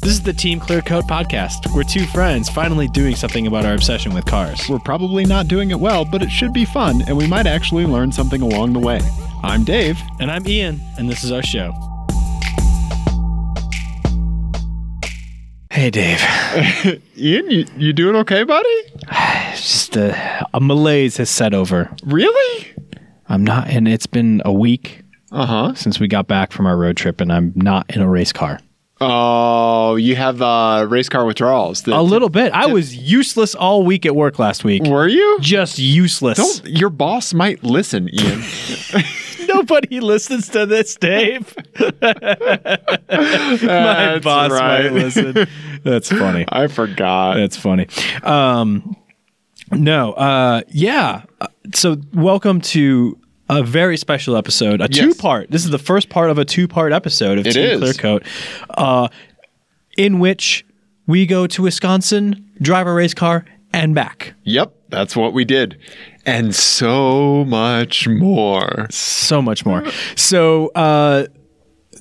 This is the Team Clear Coat podcast. We're two friends finally doing something about our obsession with cars. We're probably not doing it well, but it should be fun, and we might actually learn something along the way. I'm Dave. And I'm Ian, and this is our show. Hey, Dave. Ian, you, you doing okay, buddy? It's just uh, a, a malaise has set over. Really? I'm not, and it's been a week Uh huh. since we got back from our road trip, and I'm not in a race car. Oh, you have uh, race car withdrawals. A little bit. I was useless all week at work last week. Were you? Just useless. Don't. Your boss might listen, Ian. Nobody listens to this, Dave. My That's boss right. might listen. That's funny. I forgot. That's funny. Um, no, uh, yeah. Uh, So, welcome to a very special episode, a two part. This is the first part of a two part episode of It Team is. Clearcoat, uh, in which we go to Wisconsin, drive a race car, and back. Yep, that's what we did. And so much more. So much more. So, uh,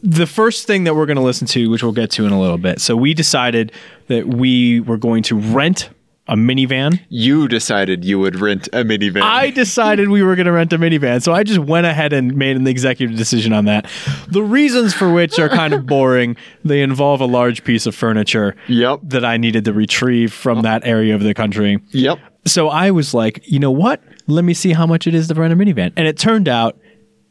the first thing that we're going to listen to, which we'll get to in a little bit. So, we decided that we were going to rent a minivan. You decided you would rent a minivan. I decided we were going to rent a minivan, so I just went ahead and made an executive decision on that. The reasons for which are kind of boring. They involve a large piece of furniture Yep. that I needed to retrieve from that area of the country. Yep. So I was like, you know what? Let me see how much it is to rent a minivan. And it turned out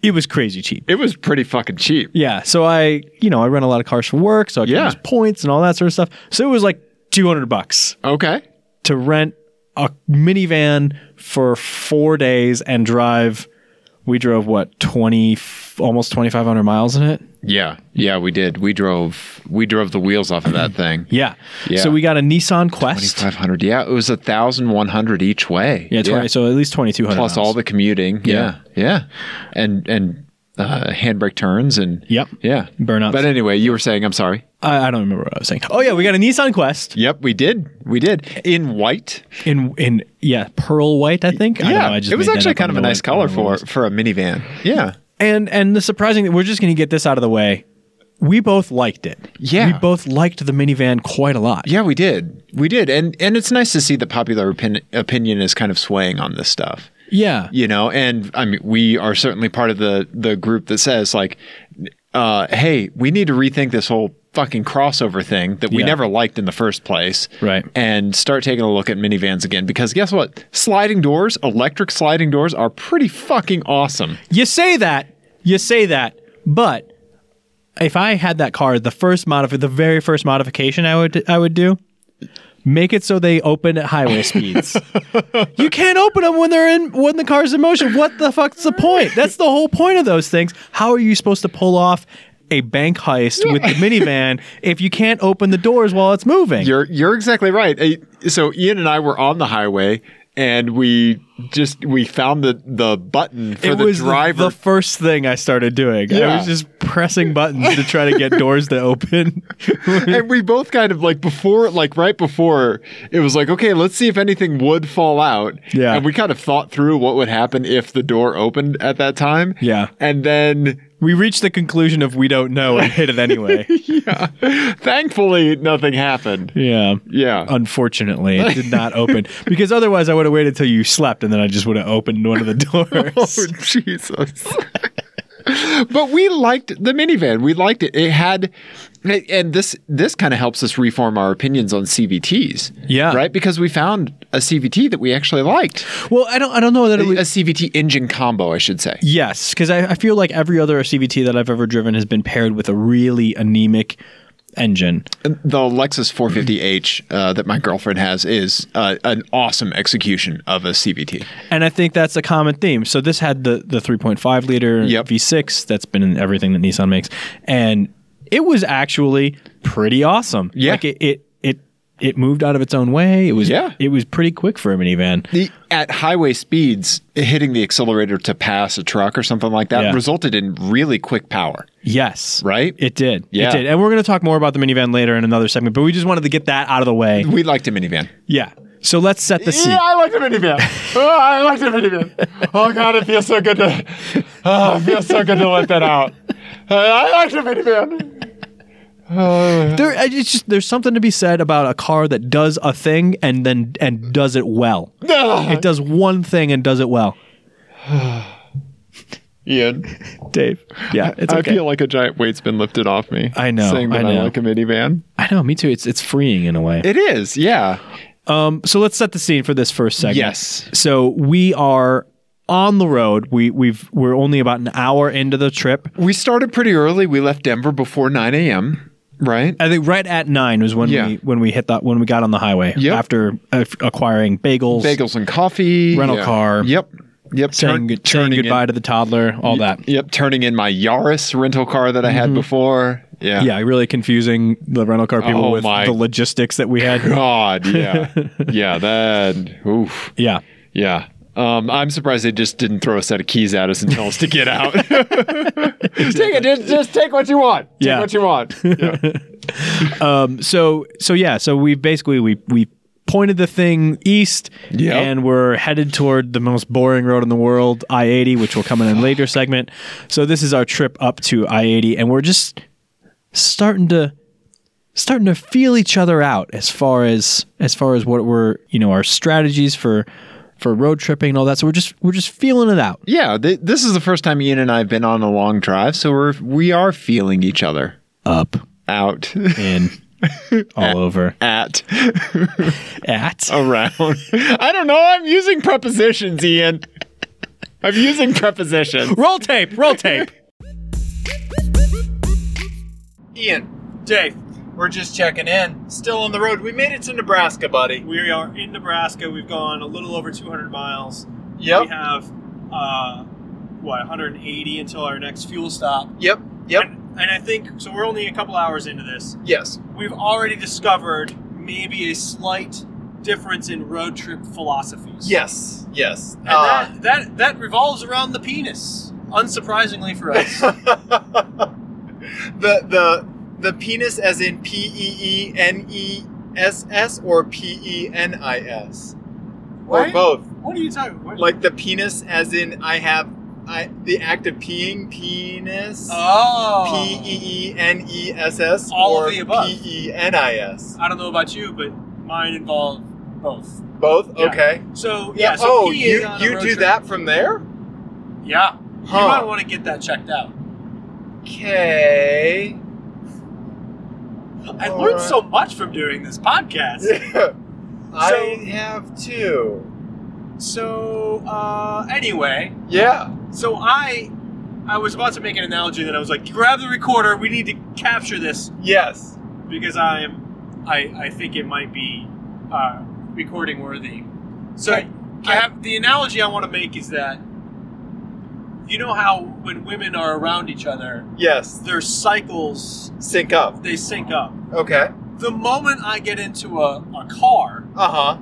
it was crazy cheap. It was pretty fucking cheap. Yeah. So I, you know, I rent a lot of cars for work, so I can Yeah. use points and all that sort of stuff. So it was like 200 bucks Okay. to rent a minivan for four days and drive. We drove what twenty, almost twenty five hundred miles in it. Yeah. Yeah, we did. We drove we drove the wheels off of that thing. Yeah. Yeah. So we got a Nissan Quest. 500. Yeah, it was a 1100 each way. Yeah, 20, so at least twenty two hundred. Plus all the commuting. Yeah. Yeah. And and uh, handbrake turns and Yep. Yeah. Burnouts. But anyway, you were saying, I'm sorry. I, I don't remember what I was saying. Oh yeah, we got a Nissan Quest Yep, we did. We did. In white. in in yeah pearl white. I think. I don't yeah, know, I just it was made that actually up. I kind of don't a know nice what- color I don't know for what it was. for a minivan. Yeah, And and the surprising thing, we're just gonna get this out of the way. We both liked it. Yeah. We both liked the minivan quite a lot. yeah, we did, we did, and and it's nice to see the popular opin- opinion is kind of swaying on this stuff. Yeah. You know, and I mean, we are certainly part of the the group that says like, uh, hey, we need to rethink this whole fucking crossover thing that we Yeah. never liked in the first place, Right. And start taking a look at minivans again because guess what? Sliding doors, electric sliding doors, are pretty fucking awesome. You say that, you say that, but if I had that car, the first modif- the very first modification I would I would do, make it so they open at highway speeds. you can't open them when they're in when the car's in motion. What the fuck's the point? That's the whole point of those things. How are you supposed to pull off a bank heist with the minivan if you can't open the doors while it's moving? You're you're exactly right. Uh, So Ian and I were on the highway, and we just we found the the button for it the was driver. the first thing I started doing. I Yeah. was just pressing buttons to try to get doors to open. and we both kind of like before, like right before, it was like, okay, let's see if anything would fall out. Yeah. And we kind of thought through what would happen if the door opened at that time. Yeah. And then We reached the conclusion of we don't know and hit it anyway. thankfully, nothing happened. yeah. Yeah. Unfortunately, it did not open because otherwise I would have waited till you slept and then I just would have opened one of the Oh, doors. Jesus. but we liked the minivan. We liked it. It had and this this kind of helps us reform our opinions on CVTs. Yeah. Right? Because we found a CVT that we actually liked. well, I don't I don't know that A it was CVT engine combo, I should say. Yes, because I, I feel like every other CVT that I've ever driven has been paired with a really anemic engine. The Lexus 450h uh, that my girlfriend has is uh, an awesome execution of a CVT. And I think that's a common theme. So this had the the 3.5 liter Yep. V6 that's been in everything that Nissan makes, and it was actually pretty awesome. Yeah. like it it it, it moved out of its own way. It was Yeah. it was pretty quick for a minivan. The, at highway speeds, hitting the accelerator to pass a truck or something like that Yeah. resulted in really quick power. Yes, Right? It did. Yeah. It did. And we're going to talk more about the minivan later in another segment, but we just wanted to get that out of the way. We liked a minivan. Yeah. So let's set the scene. Yeah, I like the minivan. Oh, I like the minivan. Oh God, it feels so good to. Oh, it feels so good to let that out. Uh, I like the minivan. There, I- it's just there's something to be said about a car that does a thing and then and does it well. It does one thing and does it well. Ian, Dave, yeah, it's okay. I feel like a giant weight's been lifted off me. I know, Saying that I I, know. like a minivan. I know, me too. It's it's freeing in a way. It is, yeah. Um, so let's set the scene for this first segment. Yes. So we are on the road. We we've we're only about an hour into the trip. We started pretty early. We left Denver before 9 a.m., right? I think right at nine was when Yeah. we when we hit that when we got on the highway Yep. after uh, acquiring bagels, Bagels and coffee. Rental yeah. car. Yep. Yep. saying, Turn- saying turning goodbye in- to the toddler, all that. Yep. Turning in my Yaris rental car that I had before. Yeah. Mm-hmm. Yeah, really confusing the rental car people Oh with my the logistics that we had. God. Yeah. yeah. That. Oof. Yeah. Yeah. Um, I'm surprised they just didn't throw a set of keys at us and tell us to get out. take it. Just, just take what you want. Take Yeah. what you want. Yeah. So so yeah, so we basically we we pointed the thing east Yep. and we're headed toward the most boring road in the world, I-80, which will come in a later segment. So this is our trip up to I-80 and we're just starting to starting to feel each other out as far as as far as what we're, you know, our strategies for for road tripping and all that. So we're just we're just feeling it out. yeah th- this is the first time Ian and I have been on a long drive, so we're we are feeling each other Up out in all over at at around. I don't know. I'm using prepositions, Ian. I'm using prepositions. roll tape, roll tape. Ian, Dave, we're just checking in. Still on the road. We made it to Nebraska, buddy. We are in Nebraska. We've gone a little over 200 miles. We Yep. have, uh, what, 180 until our next fuel stop. Yep. Yep. And, and I think, so we're only a couple hours into this. Yes. We've already discovered maybe a slight difference in road trip philosophies. Yes. Yes. Uh, And that, that, that revolves around the penis, unsurprisingly for us. the the the penis as in P E E N E S S or P E N I S or What? both. What are you talking about? Like the penis as in I have I the act of peeing penis. P oh. E E N E S S All of or the above. P E N I S. I don't know about you, but mine involve both. Both? Yeah. Okay. So, yeah, so oh, pee is you, on a you road do trip. that from there? Yeah. You Huh. might want to get that checked out. Okay. I All learned right. so much from doing this podcast. I have too. so uh, anyway, Yeah. so I I was about to make an analogy that I was like, grab the recorder. We need to capture this Yes. because I'm I I think it might be uh, recording worthy. So Okay. I have the analogy I want to make is that you know how when women are around each other, Yes. their cycles Sync up. they sync up. Okay. The moment I get into a, a car, Uh huh.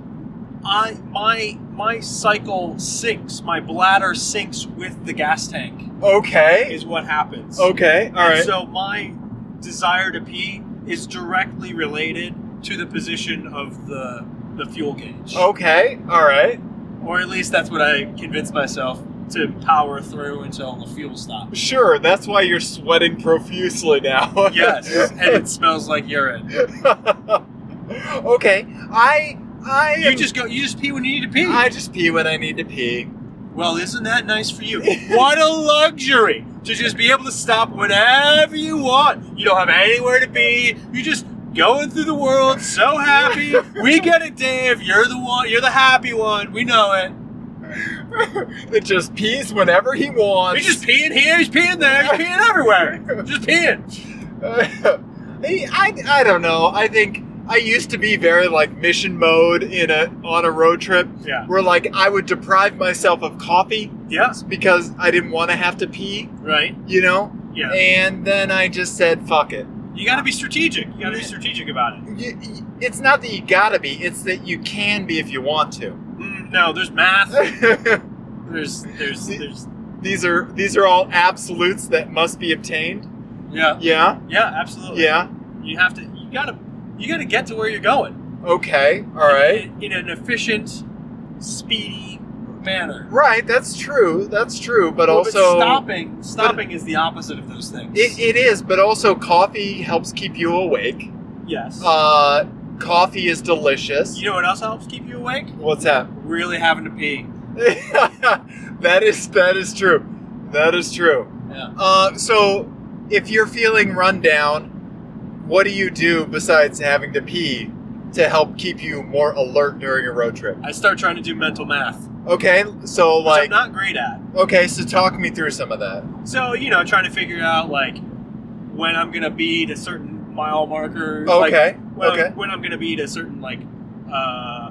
I my my cycle sinks, my bladder sinks with the gas tank Okay. is what happens. Okay. All right. So my desire to pee is directly related to the position of the the fuel gauge. Oh. Okay. All right. Or at least that's what I convinced myself to power through until the fuel stops. Sure. That's why you're sweating profusely now. Yes, and it smells like urine. okay. I. I. You am- just go. You just pee when you need to pee. I just pee when I need to pee. Well, isn't that nice for you? What a luxury to just be able to stop whenever you want. You don't have anywhere to be. You just going through the world so happy. We get it, Dave. You're the one. You're the happy one. We know it. It just pees whenever he wants. He's just peeing here. He's peeing there. He's peeing everywhere. Just peeing. I, I, I don't know. I think I used to be very like mission mode in a on a road trip Yeah. where like I would deprive myself of coffee Yeah. because I didn't want to have to pee, Right. you know? Yeah. And then I just said fuck it. You got to be strategic. You got to be strategic about it. Y- y- It's not that you gotta be, it's that you can be if you want to. Mm, no, there's math. There's there's there's these are these are all absolutes that must be obtained. yeah Yeah. Oh, yeah absolutely Yeah. You have to. You gotta. You gotta get to where you're going. Okay. All right. in, in an efficient, speedy, manner. Right, that's true. That's true. But Well, also, stopping, stopping is the opposite of those things. It, it is, but also coffee helps keep you awake. yes. Uh, coffee is delicious. you know what else helps keep you awake? What's that? Really having to pee. that is that is true. That is true. Yeah. Uh, so, if you're feeling run down, what do you do besides having to pee to help keep you more alert during a road trip? I start trying to do mental math, which Okay, so I'm like, not great at. okay, so talk me through some of that. So you know, trying to figure out like when I'm gonna be at a certain mile marker. like, Okay, when okay. I'm, when I'm going to be to certain like uh, uh,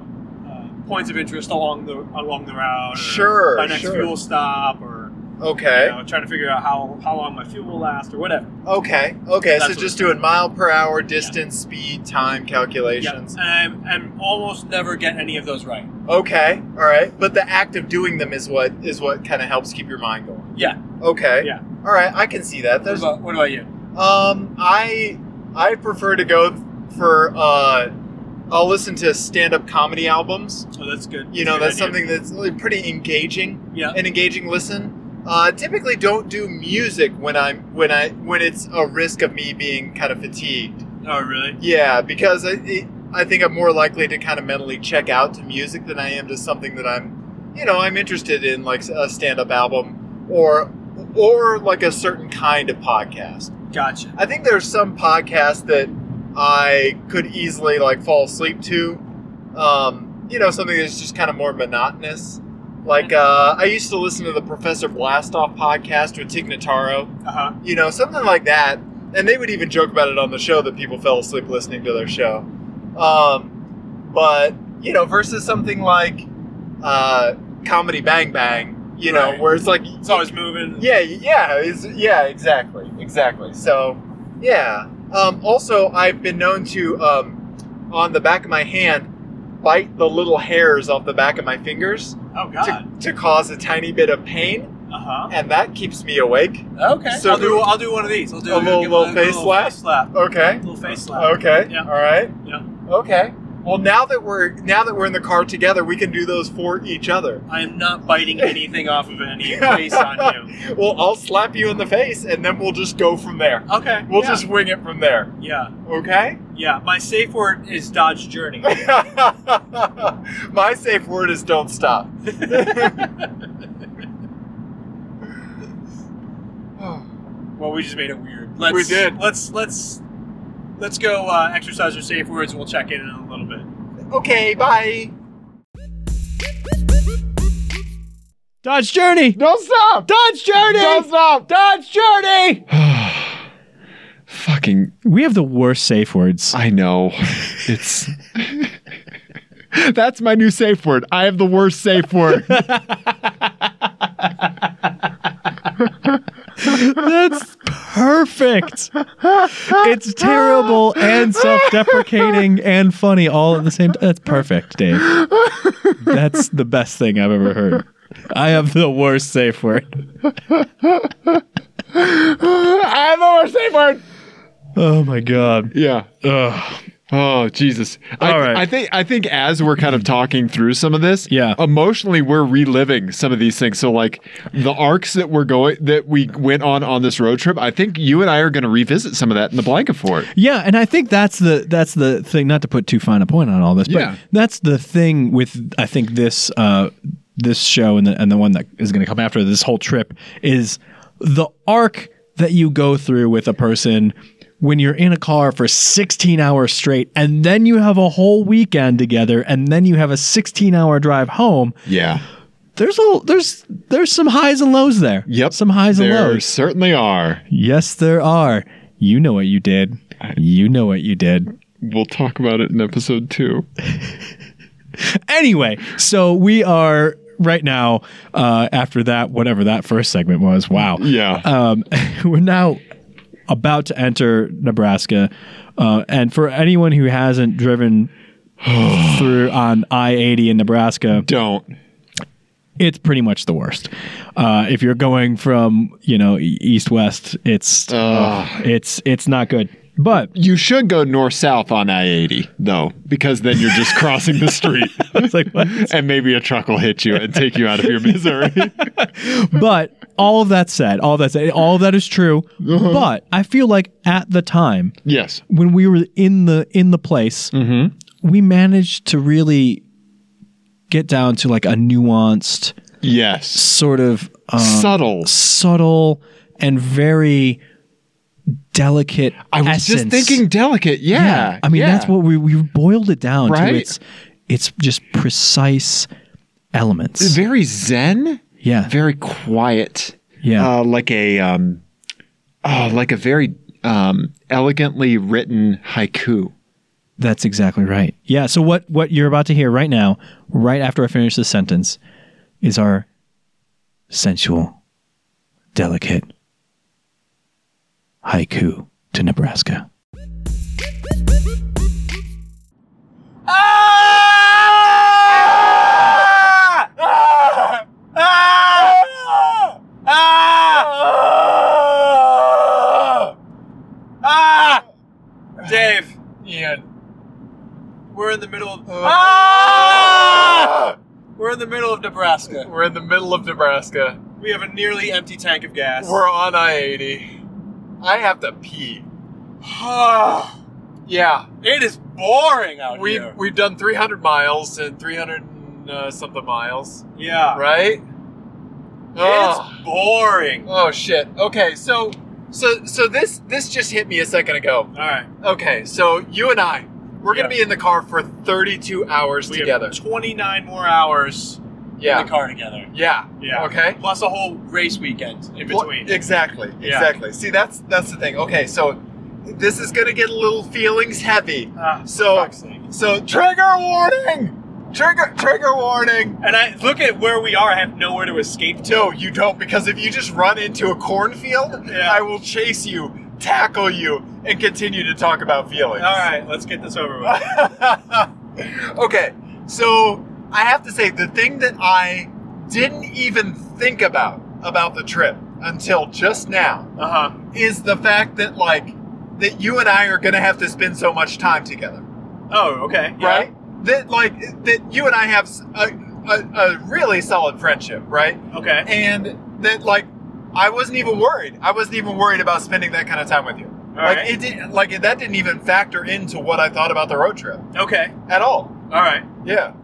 points of interest along the along the route. Or Sure, My next sure. fuel stop, or Okay, you know, trying to figure out how how long my fuel will last, or whatever. okay, okay. That's So what- just doing mile per hour, distance, speed, time calculations. I'm, I'm almost never get any of those right. Okay, all right. But the act of doing them is what is what kind of helps keep your mind going. Yeah. Okay. Yeah. All right, I can see that. What There's about, what about you? Um, I I prefer to go for uh, I'll listen to stand-up comedy albums. Oh, that's good. You know, Good that's idea. something that's really pretty engaging, Yeah. an engaging listen. Uh, typically, don't do music when I'm when I when it's a risk of me being kind of fatigued. Oh, really? Yeah, because I it, I think I'm more likely to kind of mentally check out to music than I am to something that I'm, you know, I'm interested in, like a stand-up album or or like a certain kind of podcast. Gotcha. I think there's some podcasts that I could easily like fall asleep to. Um, you know, something that's just kind of more monotonous. Like uh, I used to listen to the Professor Blastoff podcast with Tig Notaro. Uh huh. You know, something like that. And they would even joke about it on the show that people fell asleep listening to their show. Um, but you know, versus something like uh, Comedy Bang Bang. You know, Right. where it's like It's always moving. yeah, yeah, it's, yeah, exactly, exactly. So, yeah. Um, also, I've been known to, um, on the back of my hand, bite the little hairs off the back of my fingers Oh God. to, to cause a tiny bit of pain, Uh huh. and that keeps me awake. Okay. So I'll do, do- I'll do one of these. I'll do A little- give little a face slap? Face slap. Okay. Little face slap. Okay. Yeah. All right. Yeah. Okay. Well, now that we're now that we're in the car together, we can do those for each other. I am not biting anything off of any face on you. Well, I'll slap you in the face, and then we'll just go from there. Okay. We'll yeah. just wing it from there. Yeah, Okay. yeah. My safe word is Dodge Journey. My safe word is don't stop. well, we just made it weird. Let's, We did. Let's let's let's go uh, exercise our safe words. We'll check in in a little bit. okay, bye. Dodge Journey. Don't stop! Dodge Journey. Don't stop! Dodge Journey. Fucking, We have the worst safe words. I know. It's. That's my new safe word. I have the worst safe word. That's perfect. It's terrible and self-deprecating and funny all at the same time. That's perfect, Dave. That's the best thing I've ever heard. I have the worst safe word. I have the worst safe word. Oh my god. Yeah. Ugh. Oh Jesus! I, All right. I think I think as we're kind of talking through some of this, Yeah. emotionally we're reliving some of these things. So like the arcs that we're going that we went on on this road trip, I think you and I are going to revisit some of that in the blanket fort. Yeah, and I think that's the that's the thing. Not to put too fine a point on all this, but Yeah. that's the thing with I think this uh, this show and the and the one that is going to come after this whole trip is the arc that you go through with a person when you're in a car for 16 hours straight and then you have a whole weekend together and then you have a 16 hour drive home Yeah. there's a there's there's some highs and lows there Yep. some highs and There lows certainly are. yes there are you know what you did you know what you did We'll talk about it in episode two. anyway, so we are right now uh, after that, whatever that first segment was. Wow. Yeah. Um, we're now about to enter Nebraska, uh, and for anyone who hasn't driven through on I eighty in Nebraska, Don't. it's pretty much the worst. Uh, if you're going from you know east e-, west, it's Ugh. it's it's not good. But You should go north south on I 80, though, because then you're just crossing the street. it's like, what? and maybe a truck will hit you and take you out of your misery. but all of that said, all of that said, all of that is true. Uh-huh. But I feel like at the time yes. when we were in the in the place, Mm-hmm. we managed to really get down to like a nuanced Yes. sort of um, Subtle. subtle and very delicate. I was just essence. thinking delicate. Yeah. I mean, yeah. that's what we we boiled it down Right? to. It's it's just precise elements. Very zen, yeah. very quiet. Yeah. Uh, like a, um, oh, like a very um, elegantly written haiku. That's exactly right. Yeah. So what what you're about to hear right now, right after I finish this sentence, is our sensual, delicate haiku to Nebraska. Dave, Ian. we're in the middle of Ah! we're in the middle of Nebraska. We're in the middle of Nebraska. We have a nearly empty tank of gas. We're on I 80. I have to pee. Yeah. it is boring out We've, here. we've done 300 miles and 300 and, uh, something miles, yeah, right? Ah. it's boring. All Oh shit. Okay, so so so this this just hit me a second ago. right, Okay, so you and I, we're gonna Yeah. be in the car for 32 hours we together. have 29 more hours in yeah. the car together. Yeah. Yeah. Okay. Plus a whole race weekend in Well, between. exactly. Yeah. Exactly. See, that's that's the thing. Okay, so this is gonna get a little feelings heavy. Ah, So- fuck's sake. So trigger warning. Trigger trigger warning. and I look at where we are. I have nowhere to escape to. No, you don't, because if you just run into a cornfield, Yeah. I will chase you, tackle you, and continue to talk about feelings. All right, let's get this over with. okay, so I have to say the thing that I didn't even think about about the trip until just now Uh huh. is the fact that like that you and I are going to have to spend so much time together, Oh, okay. yeah. right? That like that you and I have s- a, a, a really solid friendship, right? Okay. And that like I wasn't even worried. I wasn't even worried about spending that kind of time with you. All like right. it did, like that didn't even factor into what I thought about the road trip Okay. at all. All right. Yeah.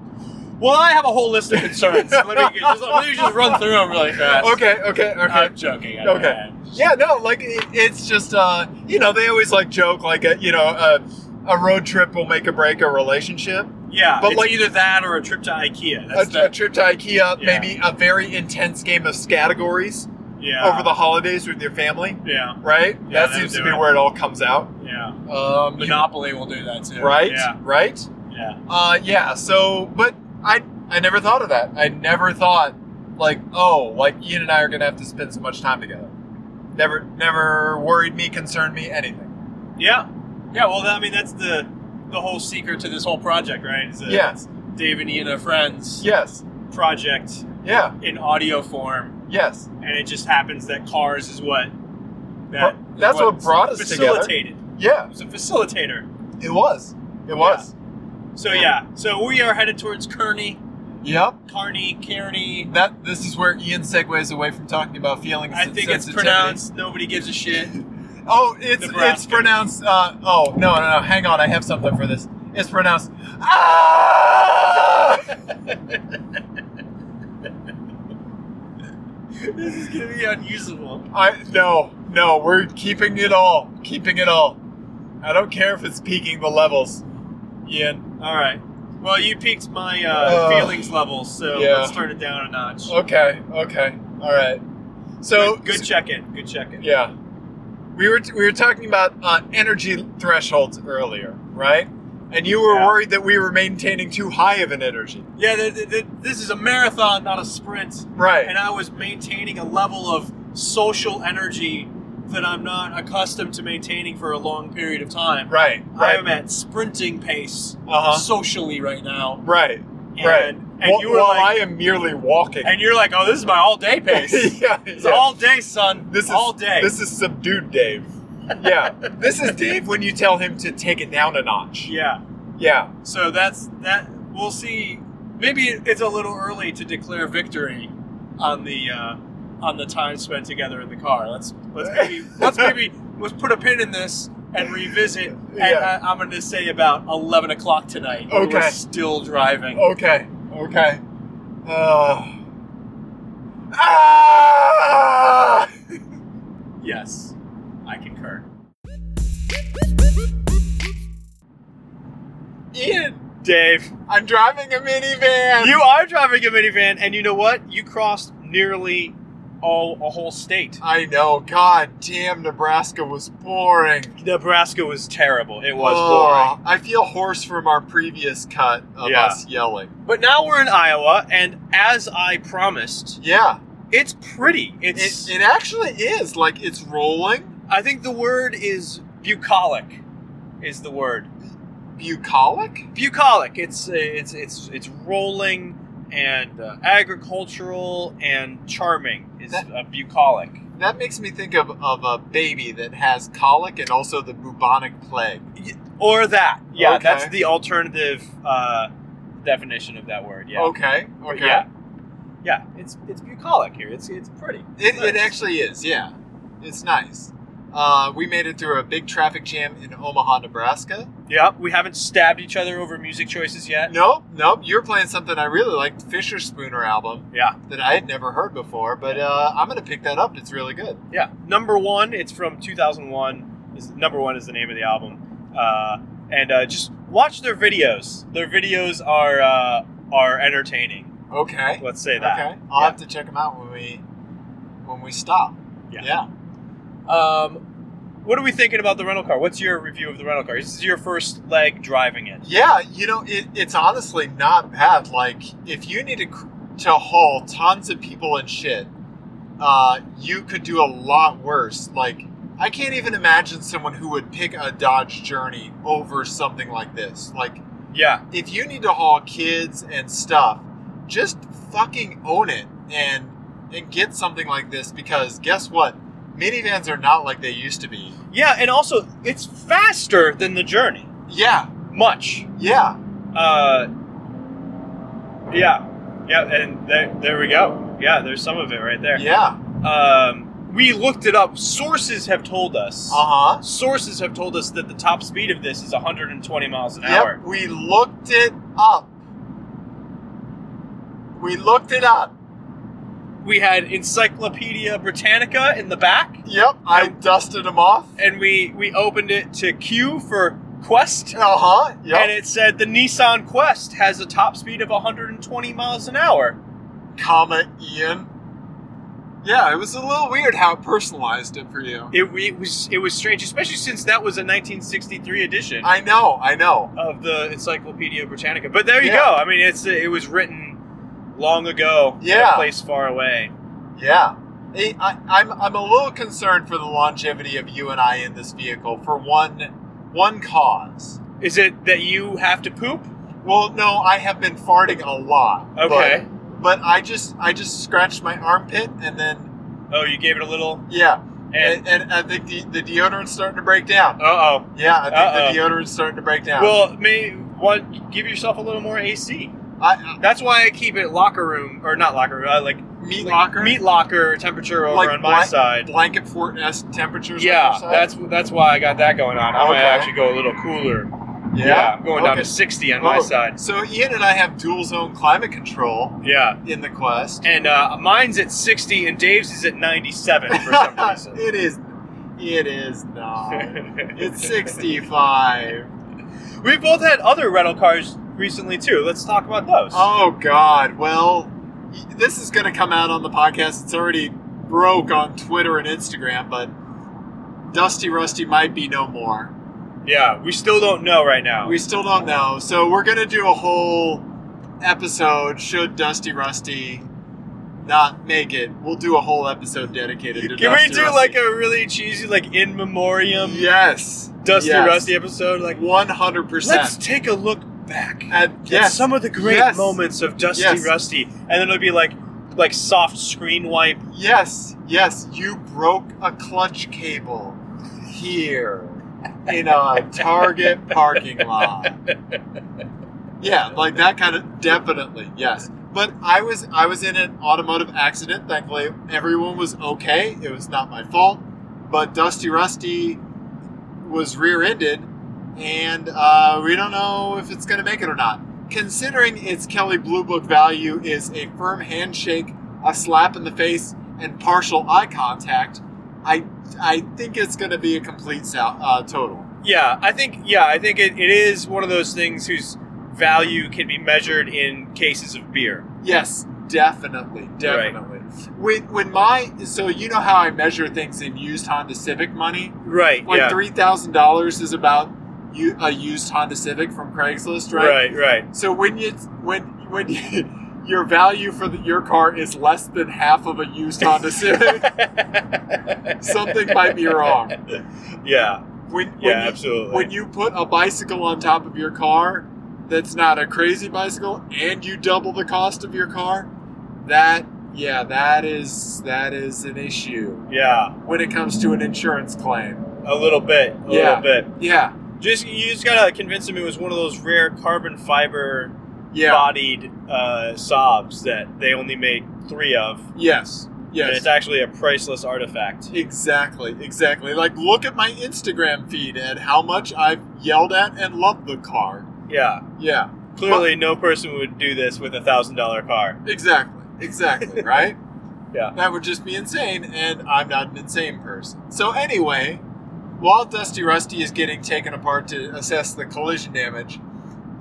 Well, I have a whole list of concerns. let, me just, let me just run through them really fast. Okay. Okay. Okay. I'm joking. I- Okay. yeah. No. Like it, it's just uh, you know, they always like joke like a, you know a, a road trip will make or break a relationship. Yeah, But it's like- either that or a trip to IKEA. A, That's a the, trip to IKEA, Yeah. maybe a very intense game of categories yeah. over the holidays with your family. yeah, Right. that Yeah, they seems to would do be it. where it all comes out. yeah. Um, you- Monopoly will do that too. right. Yeah, Right. yeah. Uh, yeah. So, but I I never thought of that. I never thought like, oh, like Ian and I are gonna have to spend so much time together. Never, never worried me, concerned me, anything. Yeah. Yeah, well, I mean, that's the the whole secret to this whole project, right? Is that Yeah. it's Dave and Ian are friends Yes. project Yeah. in audio form, Yes. and it just happens that cars is what Bro- that's what brought us together. facilitated. Yeah. It was a facilitator. It was. It was. So yeah, so we are headed towards Kearney, Yep. Kearney, Kearney. That this is where Ian segues away from talking about feelings. I and think it's sensitivity. pronounced. Nobody gives a shit. Oh, it's it's Nebraska. pronounced. Uh, oh no no no! Hang on, I have something for this. It's pronounced. Ah! this is gonna be unusable. I no, no, we're keeping it all. Keeping it all. I don't care if it's peaking the levels. Ian. All right. Well, you peaked my uh, Ugh. feelings levels, so Yeah. let's turn it down a notch. Okay, okay. Alright. So good, good check in. Good check in. Yeah. We were we were talking about uh, energy thresholds earlier, right? And you were Yeah. worried that we were maintaining too high of an energy. Yeah, th- th- th- this is a marathon, not a sprint. Right. And I was maintaining a level of social energy that I'm not accustomed to maintaining for a long period of time. right, I right. am at sprinting pace Uh-huh. socially right now. right. And, right. And Wh- you were while like, I am merely walking. and you're like, oh, this is my all day pace. yeah, It's yeah. all day, son. this is all day. This is subdued Dave. yeah. This is Dave when you tell him to take it down a notch. Yeah. Yeah. So that's that. We'll see. Maybe it- it's a little early to declare victory on the uh, on the time spent together in the car. Let's let's maybe let's maybe let's put a pin in this and revisit. And uh, Yeah. I, I'm going to say about eleven o'clock tonight. when Okay. Oh. We're still driving. Okay. Okay. Uh, ah! Yes, I concur. Ian, Dave, I'm driving a minivan. you are driving a minivan, and you know what? You crossed nearly all a whole state. I know. God damn, Nebraska was boring. Nebraska was terrible. It was Oh, boring. I feel hoarse from our previous cut of Yeah. us yelling. But now we're in Iowa, and as I promised, Yeah, it's pretty. It's. it, it actually is. Like, it's rolling, I think the word is bucolic. Is the word bucolic. bucolic? It's uh, it's it's it's rolling and uh, agricultural and charming is That- a bucolic. That makes me think of, of a baby that has colic and also the bubonic plague. Or that. Yeah, Okay. that's the alternative uh, definition of that word. Yeah. Okay, But okay. Yeah. Yeah, it's it's bucolic here. It's it's pretty. It, it Nice. actually is, yeah. It's nice. Uh, we made it through a big traffic jam in Omaha, Nebraska. Yeah, we haven't stabbed each other over music choices yet. Nope, nope. You're playing something I really liked, Fisher Spooner album Yeah, that I had never heard before, but uh, I'm gonna pick that up. It's really good. yeah. Number one, it's from 2001. Is number one is the name of the album, uh, and uh, just watch their videos. Their videos are uh, are entertaining. Okay. Let's say that. Okay. I'll Yeah. have to check them out when we when we stop. Yeah. Yeah. Um, what are we thinking about the rental car? What's your review of the rental car? This is your first leg driving it. Yeah, you know, it, it's honestly not bad. Like, if you needed cr- to haul tons of people and shit, uh, you could do a lot worse. Like, I can't even imagine someone who would pick a Dodge Journey over something like this. Like, Yeah, if you need to haul kids and stuff, just fucking own it and and get something like this because guess what? Minivans are not like they used to be. yeah, and also it's faster than the Journey. Yeah, Much. yeah. Uh, yeah, yeah, and there, there we go. Yeah, there's some of it right there. Yeah. Um, we looked it up. Sources have told us. Uh huh. Sources have told us that the top speed of this is 120 miles an hour. Yep. We looked it up. We looked it up. We had Encyclopedia Britannica in the back, Yep. I Yep. dusted them off. and we we opened it to Q for Quest, Uh huh. Yep. and it said the Nissan Quest has a top speed of 120 miles an hour. comma Ian. Yeah, it was a little weird how it personalized it for you. It, it was it was strange, especially since that was a 1963 edition. I know. I know. of the Encyclopedia Britannica. But there you Yeah. go. I mean, it's it was written long ago. in Yeah. a place far away. Yeah. Hey, I, I'm, I'm a little concerned for the longevity of you and I in this vehicle for one one cause. Is it that you have to poop? Well, no, I have been farting a lot. but- Okay. But, I just I just scratched my armpit and then Oh, you gave it a little. yeah, And and, and I think the, the deodorant's starting to break down. uh oh. Yeah, I think Uh-oh. the deodorant's starting to break down. Well, may what? Give yourself a little more AC. I, uh, That's why I keep it locker room or not locker room. Uh, like I, meat like locker, meat locker temperature over Like on my blan- side. blanket fort esque temperatures. on Yeah, your side? that's that's why I got that going on. I might Okay. actually go a little cooler. yeah. I'm going down to Okay. 60 on my Oh, side. So Ian and I have dual zone climate control Yeah. in the Quest. And uh, mine's at 60 and Dave's is at 97 for some reason. it is. It is not. It's 65. we both had other rental cars recently too. Let's talk about those. Oh, God. Well, y- this is going to come out on the podcast. It's already broke on Twitter and Instagram, but Dusty Rusty might be no more. yeah, we still don't know right now. We still don't know. So we're going to do a whole episode should Dusty Rusty not make it. We'll do a whole episode dedicated to Can Dusty we do Rusty. like a really cheesy, like in memoriam Yes. Dusty Yes. Rusty episode? Like, 100%. let's take a look back and at yes, some of the great Yes. moments of Dusty Yes. Rusty, and then it'll be like, like soft screen wipe. Yes, yes, you broke a clutch cable. here in a Target parking lot. Yeah, like that kind of definitely yes. But I was I was in an automotive accident. Thankfully, everyone was okay. It was not my fault. But Dusty Rusty was rear-ended, and uh, we don't know if it's going to make it or not. Considering its Kelly Blue Book value is a firm handshake, a slap in the face, and partial eye contact, I I think it's going to be a complete sal- uh, total. Yeah, I think yeah, I think it, it is one of those things whose value can be measured in cases of beer. Yes, definitely, definitely. When when my so you know how I measure things in used Honda Civic money, Right. like yeah. three thousand dollars is about you a used Honda Civic from Craigslist, right? Right. Right. So when you when when you, your value for the, your car is less than half of a used Honda Civic, something might be wrong. yeah. When, when Yeah. you, absolutely. when you put a bicycle on top of your car that's not a crazy bicycle and you double the cost of your car that yeah that is that is an issue yeah. when it comes to an insurance claim A little bit. A Yeah. little bit. yeah Just you just gotta convince him it was one of those rare carbon fiber yeah bodied uh, sobs that they only make three of. yes And it's yes actually a priceless artifact. exactly exactly like look at my instagram feed and how much i've yelled at and loved the car Yeah. yeah Clearly, no person would do this with a thousand dollar car. Exactly. Exactly. right. Yeah. That would just be insane, and I'm not an insane person. So anyway, while Dusty Rusty is getting taken apart to assess the collision damage,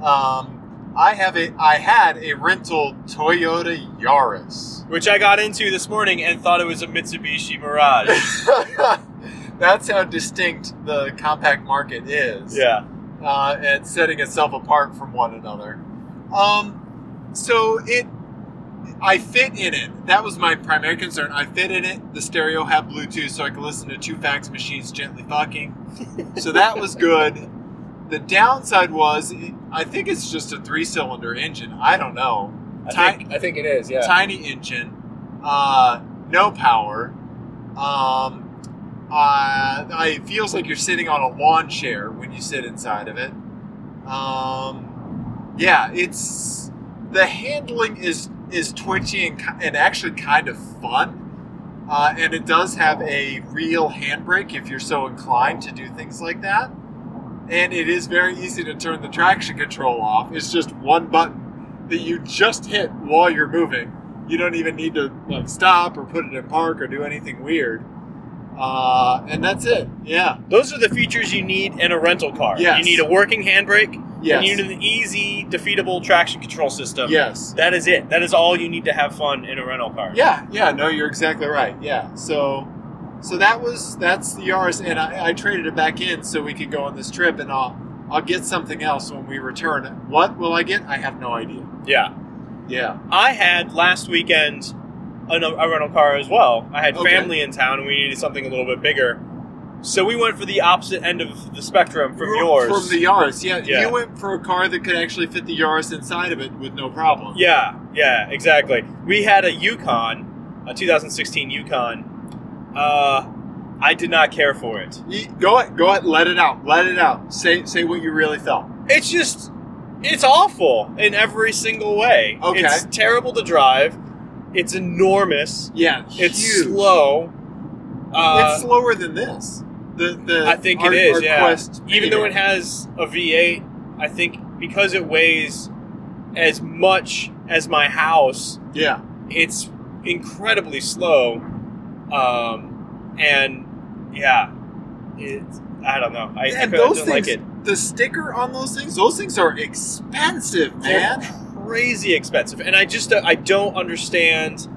um, I have a I had a rental Toyota Yaris. Which I got into this morning and thought it was a Mitsubishi Mirage. That's how distinct the compact market is yeah. uh, and setting itself apart from one another. Um, so it, I fit in it. That was my primary concern. I fit in it. The stereo had Bluetooth, so I could listen to two fax machines gently fucking. So that was good. The downside was, it, I think it's just a three-cylinder engine. I don't know. Ti- I think it is. Yeah. Tiny engine, uh, no power. Um, uh, I- it feels like you're sitting on a lawn chair when you sit inside of it. Um, yeah, it's the handling is is twitchy and, ki- and actually kind of fun, uh, and it does have a real handbrake if you're so inclined to do things like that. And it is very easy to turn the traction control off. It's just one button that you just hit while you're moving. You don't even need to like stop or put it in park or do anything weird. Uh, and that's it. Yeah. Those are the features you need in a rental car. Yes. You need a working handbrake. Yes. And you need an easy, defeatable traction control system. Yes. That is it. That is all you need to have fun in a rental car. Yeah. Yeah. No, you're exactly right. Yeah. So, so that was that's the Yaris, and I, I traded it back in so we could go on this trip, and I'll I'll get something else when we return. What will I get? I have no idea. Yeah. Yeah. I had last weekend a, a rental car as well. I had Okay. family in town and we needed something a little bit bigger. So we went for the opposite end of the spectrum from yours. From the Yaris. Yeah. Yeah. You went for a car that could actually fit the Yaris inside of it with no problem. Yeah, yeah, exactly. We had a Yukon, a 2016 Yukon. Uh, I did not care for it. You- Go ahead, go ahead, let it out, let it out. Say say what you really felt. It's just, it's awful in every single way. Okay. It's terrible to drive. It's enormous. Yeah, It's huge. slow. Uh, it's slower than this. The the I think our- it is. our yeah. Quest Even though Mini. it has a V8, I think because it weighs as much as my house, yeah it's incredibly slow. Um, and yeah, it. I don't know. I, I and kinda those didn't things, like it. the sticker on those things, those things are expensive, They're man. crazy expensive, and I just uh, I don't understand.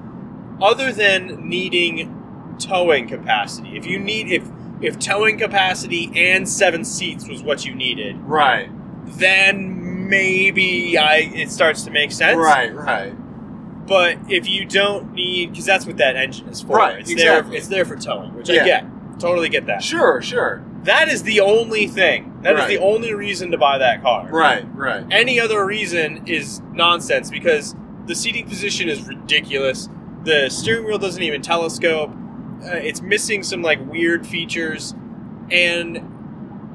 Other than needing towing capacity, if you need if if towing capacity and seven seats was what you needed, Right, then maybe I it starts to make sense. right, right. But if you don't need, because that's what that engine is for. Right, It's exactly. there. It's there for towing, which Yeah. I get. Totally get that. Sure, sure. That is the only thing. That is Right. the only reason to buy that car. Right, right. Any other reason is nonsense because the seating position is ridiculous. The steering wheel doesn't even telescope. Uh, it's missing some like weird features. and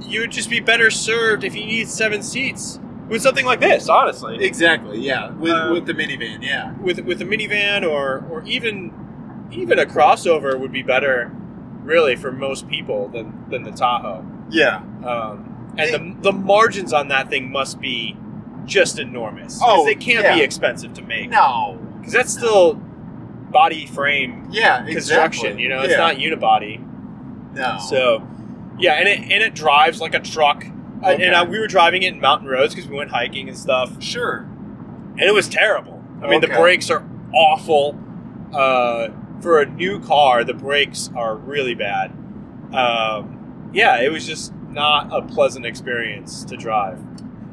you'd just be better served if you need seven seats with something like this. Honestly, Exactly. Yeah. With Um, with the minivan. Yeah. with with a minivan or or even even a crossover would be better, really, for most people than than the Tahoe. Yeah. Um, and the the margins on that thing must be just enormous. 'Cause Oh, they can't be yeah. expensive to make No. because that's still body frame Yeah. construction. Exactly. You know, it's Yeah. not unibody. No. So, yeah, and it and it drives like a truck. Uh, Okay. And uh we were driving it in mountain roads because we went hiking and stuff sure. and it was terrible. I mean, the Okay. brakes are awful. Uh, for a new car, the brakes are really bad. Um, yeah, it was just not a pleasant experience to drive.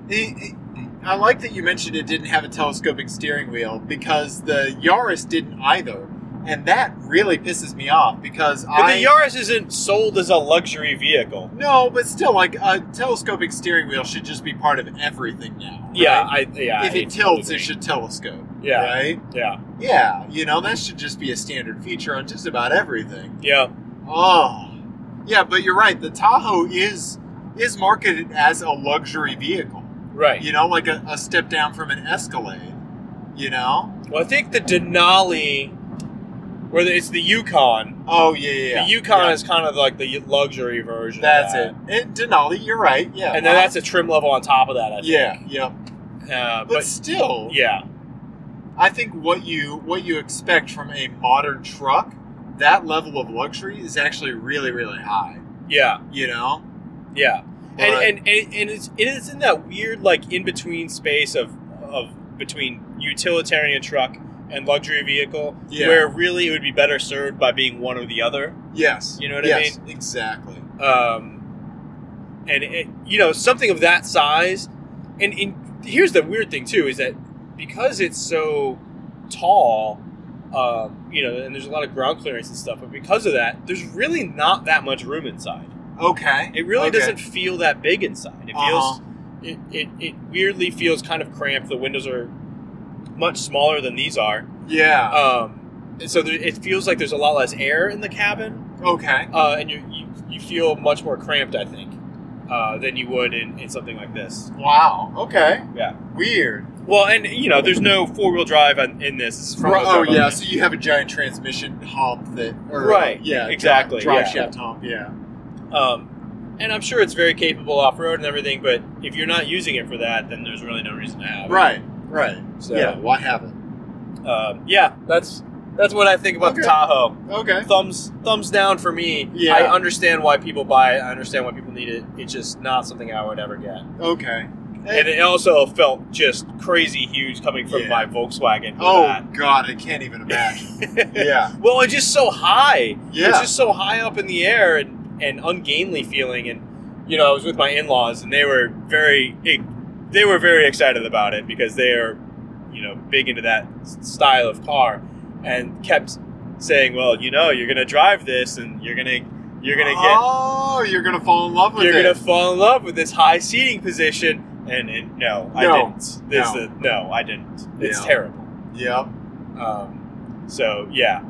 It- it- I like that you mentioned it didn't have a telescoping steering wheel because the Yaris didn't either, and that really pisses me off because But I the Yaris isn't sold as a luxury vehicle. no, but still, like a telescopic steering wheel should just be part of everything now. right? Yeah, I yeah. if I it tilts, totally it should telescope. Yeah. Right? agree. Yeah, Yeah. You know, that should just be a standard feature on just about everything. yeah. Oh. Yeah, but you're right. The Tahoe is is marketed as a luxury vehicle. Right. You know, like a, a step down from an Escalade. You know? Well, I think the Denali, where the, it's the Yukon. Oh yeah, yeah. yeah. the Yukon Yeah. is kind of like the luxury version. of that's that. it. it. Denali, you're right. Yeah. And then that's a trim level on top of that. I think. yeah, yeah. Uh, But, still, but yeah. I think what you what you expect from a modern truck, that level of luxury is actually really really high. Yeah, You know? yeah, But- and, and and and it's it is in that weird like in between space of of between utilitarian truck and luxury vehicle, Yeah. where really it would be better served by being one or the other. Yes. You know what I yes, Exactly. Um, and it, you know something of that size, and, and here's the weird thing too is that because it's so tall. Um, you know, and there's a lot of ground clearance and stuff, but because of that, there's really not that much room inside. Okay. It really Okay. doesn't feel that big inside. It feels it, it, it weirdly feels kind of cramped. The windows are much smaller than these are, Yeah. um, and so there, it feels like there's a lot less air in the cabin, okay. uh, and you, you you feel much more cramped, I think, uh, than you would in, in something like this. Wow. Okay. Yeah. Weird. Well, and you know, there's no four wheel drive on, in this. This is front-wheel oh drive only. yeah. So you have a giant transmission hump that. Or, Right, Yeah. dri- exactly, Drive yeah. shaft hump. Yeah. Um, and I'm sure it's very capable off road and everything, but if you're not using it for that, then there's really no reason to have it. Right. Right. So, Yeah. Why have it? um, yeah, that's that's what I think about the Okay. Tahoe. Okay. Thumbs thumbs down for me. Yeah. I understand why people buy it. I understand why people need it. It's just not something I would ever get. Okay. And it also felt just crazy huge coming from Yeah. my Volkswagen. with Oh that. God, I can't even imagine. yeah. well, it's just so high. It's Yeah. just so high up in the air and, and ungainly feeling. And you know, I was with my in laws, and they were very they were very excited about it because they are you know big into that s- style of car, and kept saying, "Well, you know, you're gonna drive this, and you're gonna you're gonna get Oh, you're gonna fall in love with you're it. gonna fall in love with this high seating position." And, and no, I No. didn't. This No. no. no, I didn't. It's Yeah. terrible. Yep. Um, so yeah,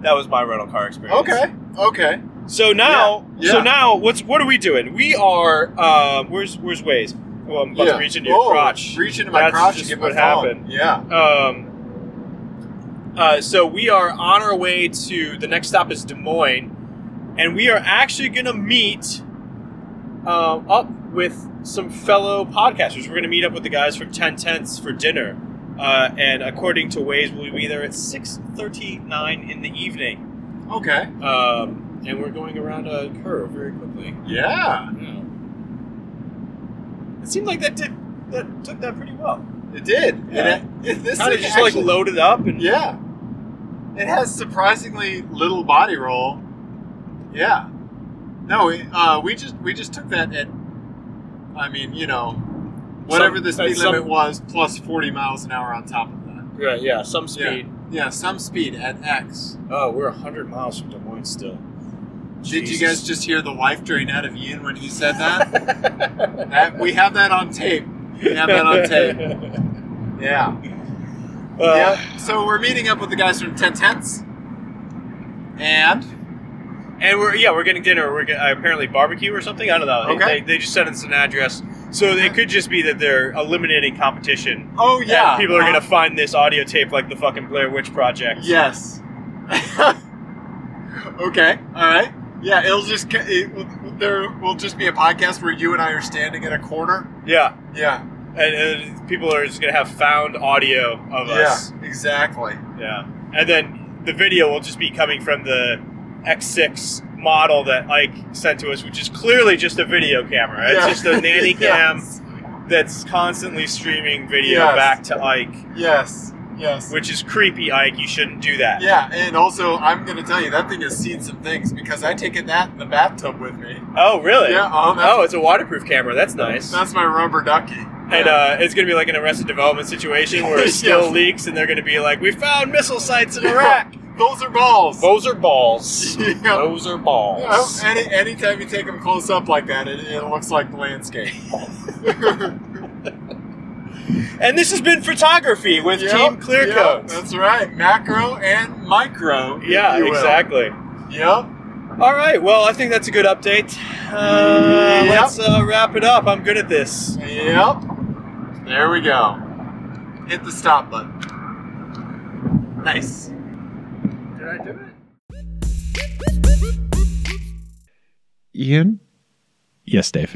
that was my rental car experience. Okay. Okay. So now, Yeah, so yeah. now, what's what are we doing? We are. Um, where's where's Waze? Well, I'm about yeah. Oh. to reach into your Whoa, crotch. Reach into my That's crotch just and get what my phone. happened. Yeah. Um, uh, so we are on our way to the next stop is Des Moines, and we are actually going to meet um, up with some fellow podcasters. We're going to meet up with the guys from Ten Tenths for dinner, uh, and according to Waze, we'll be there at six thirty nine in the evening, Okay. um, and we're going around a curve very quickly. Yeah. Yeah. It seemed like that did that took that pretty well. It did. Yeah. And it, it, this Kind of thing just actually- like loaded up and Yeah. It has surprisingly little body roll. Yeah. No, we, uh, we just we just took that at, I mean, you know, whatever the Some- speed some- limit was plus forty miles an hour on top of that. Right, yeah, some speed. Yeah, some speed at X. Oh, we're 100 miles from Des Moines still. Did you guys just hear the life drain out of Ian when he said that? that we have that on tape. We have that on tape. Yeah. Uh, yeah. So we're meeting up with the guys from Ten Tents, and And we're yeah, we're getting dinner. We're get, uh, apparently barbecue or something. I don't know. They- Okay. They, they just sent us an address, so it could just be that they're eliminating competition. Oh and yeah, people are Uh, gonna find this audio tape like the fucking Blair Witch Project. Yes. okay. All right. Yeah, it'll just ca- it, will, there will just be a podcast where you and I are standing at a corner. Yeah. Yeah. And, and people are just gonna have found audio of us. Yeah. Exactly. Yeah. And then the video will just be coming from the X6 model that Ike sent to us, which is clearly just a video camera. It's Yeah. just a nanny cam Yes. that's constantly streaming video Yes. back to Ike, Yes. Yes. which is creepy, Ike. You shouldn't do that. yeah, and also I'm gonna tell you that thing has seen some things because I taken that in the bathtub with me. Oh, really? Yeah, um, that's, Oh, it's a waterproof camera. That's nice. that's my rubber ducky. and uh, it's going to be like an Arrested Development situation where it still Yes. leaks and they're going to be like, we found missile sites in Iraq. those are balls. Those are balls. Yeah. Those are balls. Yeah, Any anytime you take them close up like that, it, it looks like the landscape. And this has been photography with Yep, Team Clear yep, Coats. That's right, macro and micro. if Yeah, you will. exactly. Yep. All right. Well, I think that's a good update. Uh, Yep. Let's uh, wrap it up. I'm good at this. Yep. There we go. Hit the stop button. Nice. Did I do it? Ian, Yes, Dave.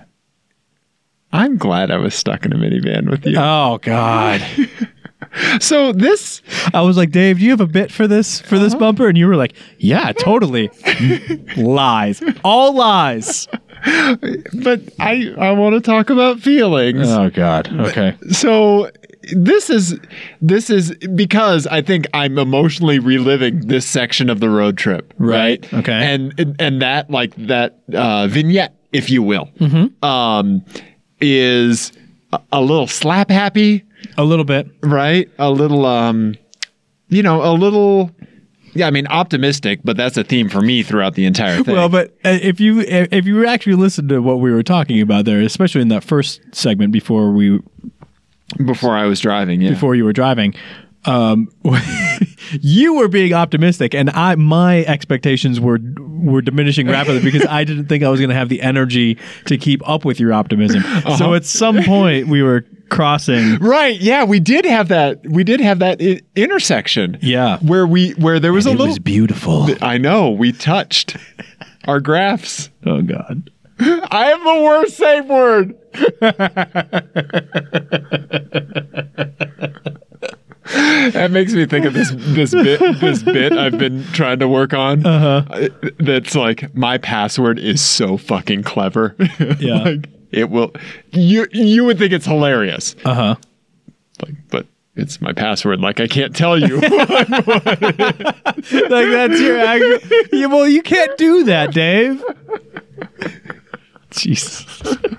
I'm glad I was stuck in a minivan with you. Oh God. so this I was like, Dave, do you have a bit for this for this bumper? And you were like, Yeah, totally. lies, all lies. but I I want to talk about feelings. Oh, God. Okay. so this is this is because I think I'm emotionally reliving this section of the road trip, right? Right, okay. and and that like that uh, vignette, if you will, Mm-hmm. um, is a- a little slap happy, A little bit. right? A little, um, you know, a little. Yeah, I mean optimistic, but that's a theme for me throughout the entire thing. Well, but uh, if you if you actually listened to what we were talking about there, especially in that first segment before we before I was driving, yeah. before you were driving, um, you were being optimistic, and I my expectations were were diminishing rapidly because I didn't think I was going to have the energy to keep up with your optimism. Uh-huh. So at some point we were crossing. Right. Yeah, we did have that. We did have that I- intersection. Yeah. Where we where there was a It little. was beautiful. I know we touched our graphs. Oh God. I have the worst safe word. that makes me think of this this bit this bit I've been trying to work on. Uh-huh. That's like my password is so fucking clever. Yeah. like, it will. You you would think it's hilarious. Uh huh. like, but it's my password. Like, I can't tell you. Like that's your actual. Yeah, well, you can't do that, Dave. Jesus.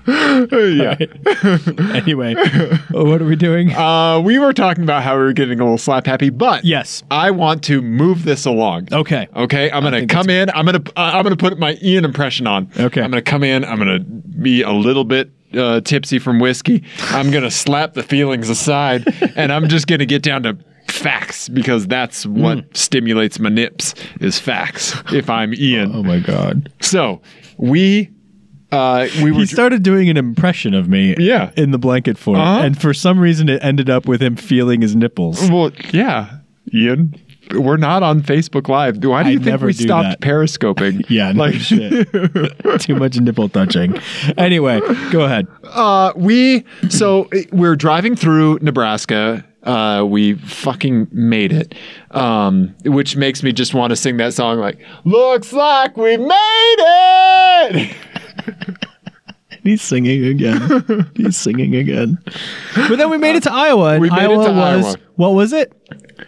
yeah. Anyway, what are we doing? Uh, we were talking about how we were getting a little slap happy, but yes. I want to move this along. Okay. Okay, I'm gonna think come in. I'm gonna uh, I'm gonna put my Ian impression on. Okay. I'm gonna come in. I'm gonna be a little bit uh, tipsy from whiskey. I'm gonna slap the feelings aside, and I'm just gonna get down to facts because that's Hmm. what stimulates my nips is facts. If I'm Ian, Oh my God. so we uh, we were He started doing an impression of me. Yeah. In the blanket form, Uh-huh. and for some reason, it ended up with him feeling his nipples. Well, yeah, Ian. We're not on Facebook Live. Why do I you think never we do that. stopped periscoping? Yeah. No like shit. Too much nipple touching. Anyway, go ahead. uh, we. So eh, we're driving through Nebraska. Uh, we fucking made it, um, which makes me just want to sing that song. Like, looks like we made it. He's singing again. He's singing again. But then we made it to Iowa. And We made it Iowa to was Iowa. what was it?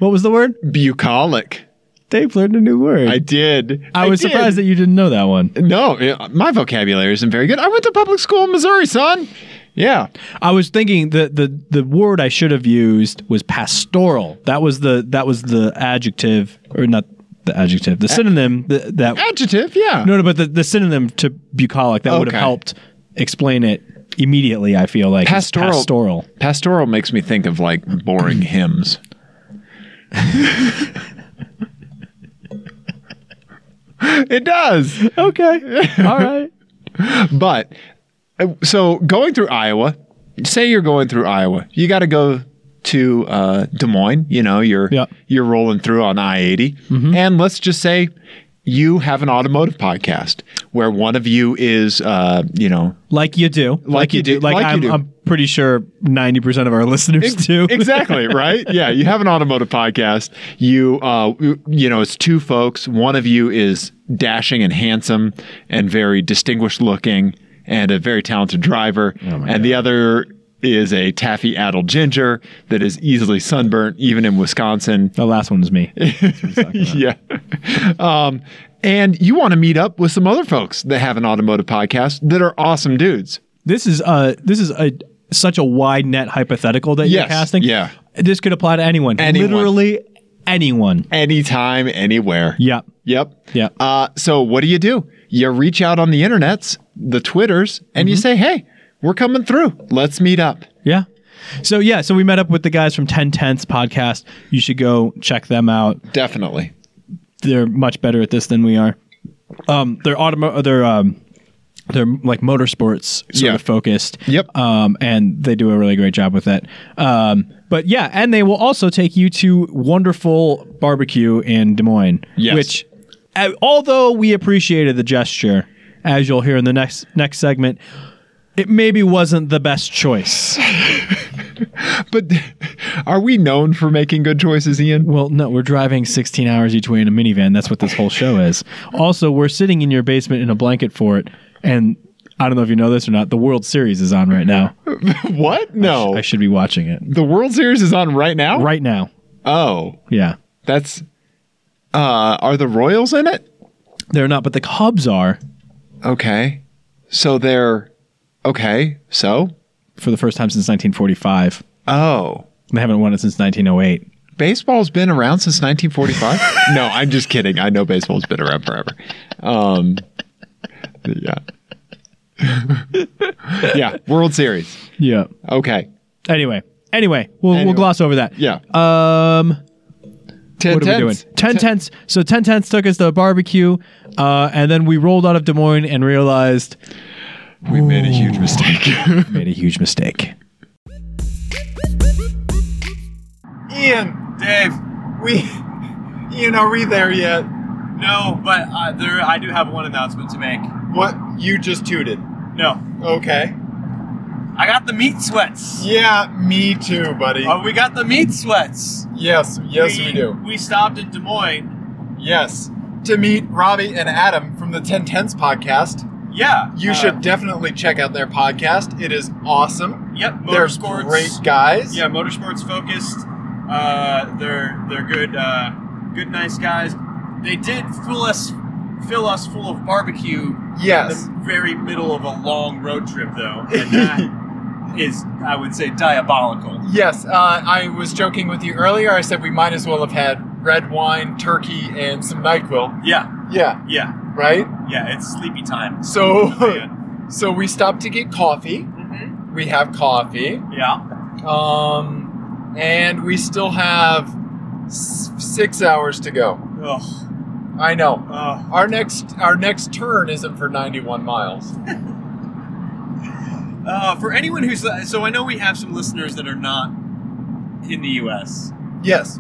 What was the word? Bucolic. Dave learned a new word. I did. I was did. surprised that you didn't know that one. No, eh, my vocabulary isn't very good. I went to public school in Missouri, son. Yeah. I was thinking the the the word I should have used was pastoral. That was the that was the adjective or not the adjective, the synonym Uh, that, that Adjective. Yeah. no no but the, the synonym to bucolic that would have Okay. helped explain it immediately. I feel like It's Pastoral. pastoral. Pastoral makes me think of like boring hymns. It does. Okay. All right. But uh, so going through Iowa, say you're going through Iowa, you got to go to uh, Des Moines. You know, you're Yeah. you're rolling through on I 80 and let's just say you have an automotive podcast where one of you is, uh, you know, Like you do. Like, you do. Like, Like you I'm, do. I'm pretty sure 90% of our listeners do. exactly right yeah you have an automotive podcast you uh you know it's two folks one of you is dashing and handsome and very distinguished looking and a very talented driver Oh and the other is a taffy addled ginger that is easily sunburnt even in wisconsin The last one was me. yeah. Um, and you want to meet up with some other folks that have an automotive podcast that are awesome dudes This is uh this is a such a wide net hypothetical that you're Yes, casting. yeah. This could apply to anyone. Anyone. Literally anyone. anytime anywhere Yeah. Yep. Yeah. Uh, so what do you do? You reach out on the internets, the Twitters, and Mm-hmm. you say, "Hey, we're coming through. Let's meet up." Yeah. So yeah, so we met up with the guys from 10 Tenths podcast. You should go check them out. Definitely. They're much better at this than we are. Um they're automo they're um they're like motorsports sort Yeah. of focused. Yep. Um and they do a really great job with that. Um but yeah, and they will also take you to wonderful barbecue in Des Moines, Yes. which uh, although we appreciated the gesture, as you'll hear in the next next segment, it maybe wasn't the best choice. But are we known for making good choices, Ian? Well, no, we're driving 16 hours each way in a minivan. That's what this whole show is. Also, we're sitting in your basement in a blanket fort, and I don't know if you know this or not. The World Series is on right now. what? No. I should be watching it the World Series is on right now. right now. Oh, Yeah, that's. Uh, are the Royals in it? they're not, but the Cubs are Okay. So they're. Okay. So. for the first time since 1945. Oh. They haven't won it since 1908. baseball's been around since 1945 no i'm just kidding i know baseball's been around forever um yeah yeah world series Yeah. okay Anyway, anyway, we'll Anyway. we'll gloss over that. yeah Um. ten what are we tenths. doing? Ten tenths. So ten tenths took us to a barbecue, uh, and then we rolled out of Des Moines and realized we made a huge mistake made a huge mistake. Ian, Dave, we, Ian, are we there yet? no, but uh, there I do have one announcement to make. What you just tooted? No, Okay. I got the meat sweats. Yeah, me too, buddy. Oh, we got the meat sweats. yes, yes, we do. We stopped in Des Moines. Yes, to meet Robbie and Adam from the Ten Tens podcast. Yeah, You uh, should definitely check out their podcast. It is awesome. Yep, They're motorsports. great guys. Yeah, motorsports focused. Uh, they're they're good, uh, good nice guys. They did fill us fill us full of barbecue. Yes. In the very middle of a long road trip, though, and that is, I would say, diabolical. Yes, uh, I was joking with you earlier. I said we might as well have had red wine, turkey, and some Nyquil. Yeah, Yeah, yeah, right. yeah. It's sleepy time. So, so we stopped to get coffee. Mhm. We have coffee, Yeah, um, and we still have s- six hours to go. Ugh. Uh, I know. Ugh. Our next our next turn isn't for ninety one miles. Uh, for anyone who's so, I know we have some listeners that are not in the U.S. Yes.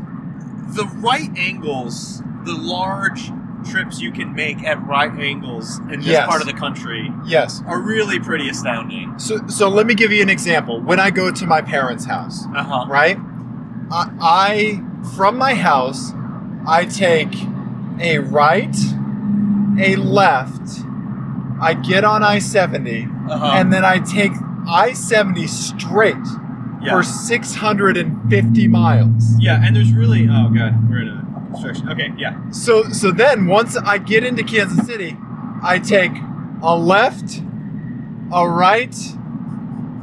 the right angles, the large trips you can make at right angles in this Yes. part of the country Yes. are really pretty astounding. So so let me give you an example. When I go to my parents' house, Uh huh. right? I, I from my house, I take a right, a left. I get on I seventy, Uh huh. and then I take I seventy straight yeah. for six hundred and fifty miles. yeah, and there's really oh god, we're in a construction. Okay, yeah. So so then once I get into Kansas City, I take a left, a right,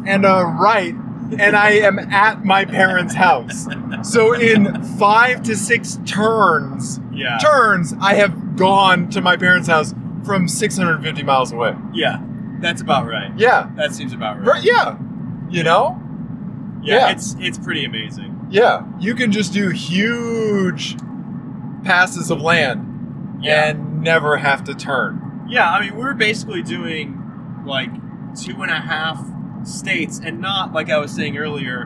and a right, and I am at my parents' house. So in five to six turns, Yeah. turns, I have gone to my parents' house from 650 miles away. Yeah. That's about right. Yeah, That seems about right. right, yeah, you know, Yeah, yeah. It's it's pretty amazing. yeah. You can just do huge passes of land Yeah. and never have to turn. Yeah, I mean, we were basically doing like two and a half states, and not like I was saying earlier,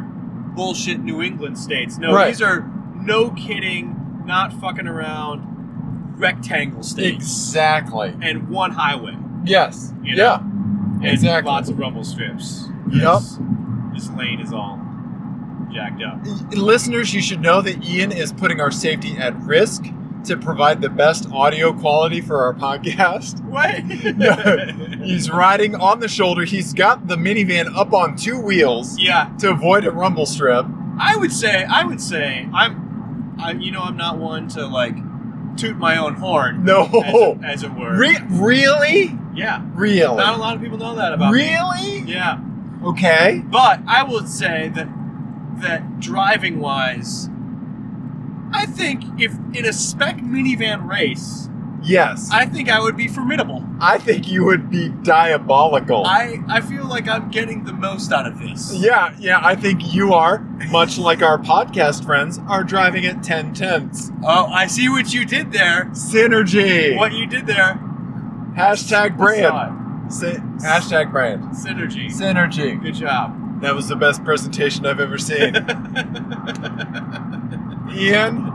bullshit New England states. No, Right. these are no kidding, not fucking around, rectangle states Exactly. and one highway. Yes. You know? yeah. and Exactly. Lots of rumble strips. Yep. This, this lane is all jacked up. Listeners, you should know that Ian is putting our safety at risk to provide the best audio quality for our podcast. What? He's riding on the shoulder. He's got the minivan up on two wheels yeah, to avoid a rumble strip. I would say, I would say, I'm, I, you know, I'm not one to like toot my own horn, as, No. it, as it were. Re- really? yeah, Really? not a lot of people know that about me. Really? Yeah, Okay. but I would say that that driving wise, I think if in a spec minivan race, Yes. I, I think I would be formidable. think you would be diabolical. I I feel like I'm getting the most out of this. yeah, yeah, I think you are, much like our podcast friends, are driving at 10 tenths. Oh, I see what you did there. Synergy. What you did there. Hashtag brand. Saw Sy- hashtag brand. it. Synergy. Synergy. Good job. That was the best presentation I've ever seen. Ian,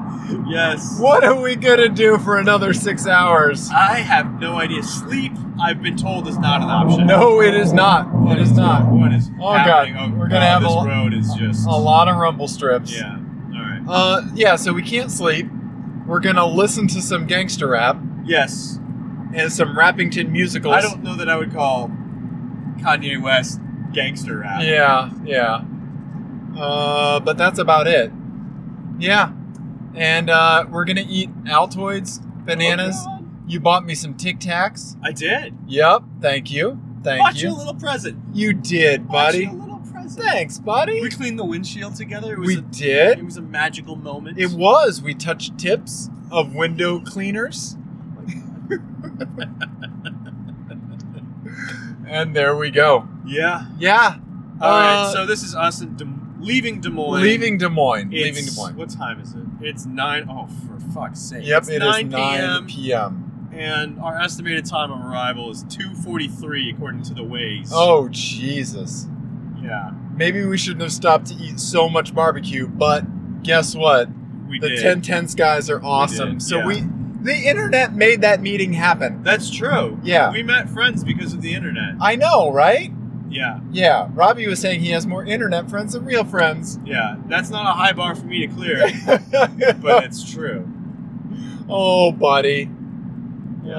Yes. what are we going to do for another six hours? I have no idea. Sleep, I've been told, is not an option. No, it is not. It is not. What is Oh, happening? God. Oh, We're gonna have a this lo- road is just A lot of rumble strips. Yeah. All right. Uh, yeah, so we can't sleep. We're going to listen to some gangster rap Yes. and some Rappington musicals. I don't know that I would call Kanye West gangster rap. Yeah, yeah. Uh, but that's about it. Yeah. And uh, we're going to eat Altoids, bananas. Oh, God. You bought me some Tic Tacs. I did. Yep. Thank you. Thank Bought you. you. a little present, You did, Bought buddy. you a little present. Thanks, buddy. We cleaned the windshield together. It was We a, It did. was a magical moment. It was. We touched tips of window cleaners. and there we go. Yeah. Yeah. All right. Uh, So this is us in Des- leaving Des Moines. leaving Des Moines. It's- leaving Des Moines. What time is it? It's nine oh for fuck's sake. Yep, it's it is 9 9 p.m. p.m. and our estimated time of arrival is 2:43 according to the ways. Oh, Jesus. yeah, Maybe we shouldn't have stopped to eat so much barbecue, but guess what? we The did. 1010s guys are awesome. did, So yeah. we the internet made that meeting happen. That's true. Yeah. we met friends because of the internet. I know, right? Yeah, Yeah, Robbie was saying he has more internet friends than real friends. yeah. That's not a high bar for me to clear, but it's true. oh, buddy. Aw,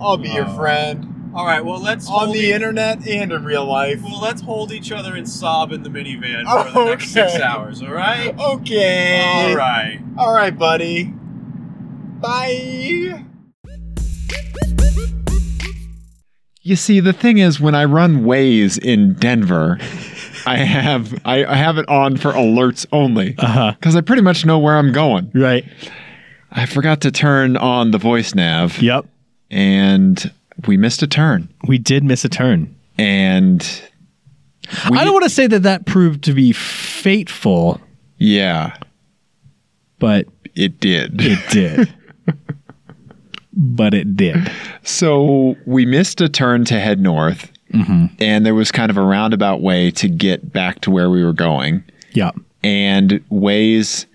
I'll be your Aw. friend All right. Well, let's on hold the e- internet and in real life. Well, let's hold each other and sob in the minivan for the next Okay. six hours. All right. Okay. All right. All right, buddy. Bye. You see, the thing is, when I run Waze in Denver, I have I, I have it on for alerts only Uh huh. because I pretty much know where I'm going. Right. I forgot to turn on the voice nav, Yep. and we missed a turn. We did miss a turn. And we- I don't want to say that that proved to be fateful, Yeah, but it did. it did. but it did. So we missed a turn to head north, Mm-hmm. and there was kind of a roundabout way to get back to where we were going. Yep. And Waze,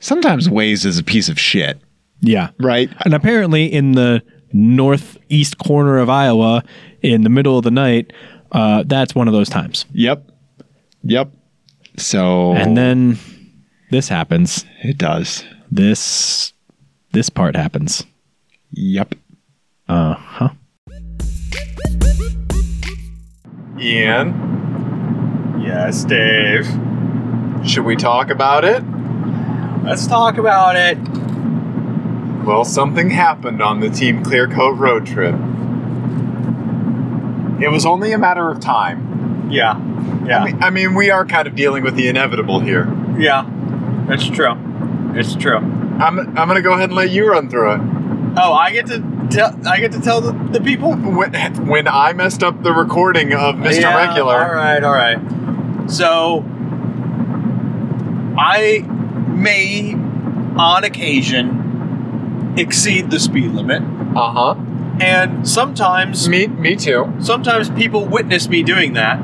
sometimes Waze is a piece of shit, Yeah. right? And apparently, in the northeast corner of Iowa, in the middle of the night, uh, that's one of those times. Yep, yep. So And then this happens. it does. This this part happens. Yep. Uh huh. Ian, Yes, Dave. should we talk about it? Let's talk about it. Well, something happened on the Team Clearcoat road trip. It was only a matter of time. Yeah. I mean- I mean, we are kind of dealing with the inevitable here. Yeah, that's true. It's true. I'm, I'm going to go ahead and let you run through it. Oh, I get to tell. I get to tell the, the people. When, when I messed up the recording of Mr. Yeah, All Regular, right, all right. So, I may, on occasion, exceed the speed limit. Uh huh. and sometimes Me, me too. sometimes people witness me doing that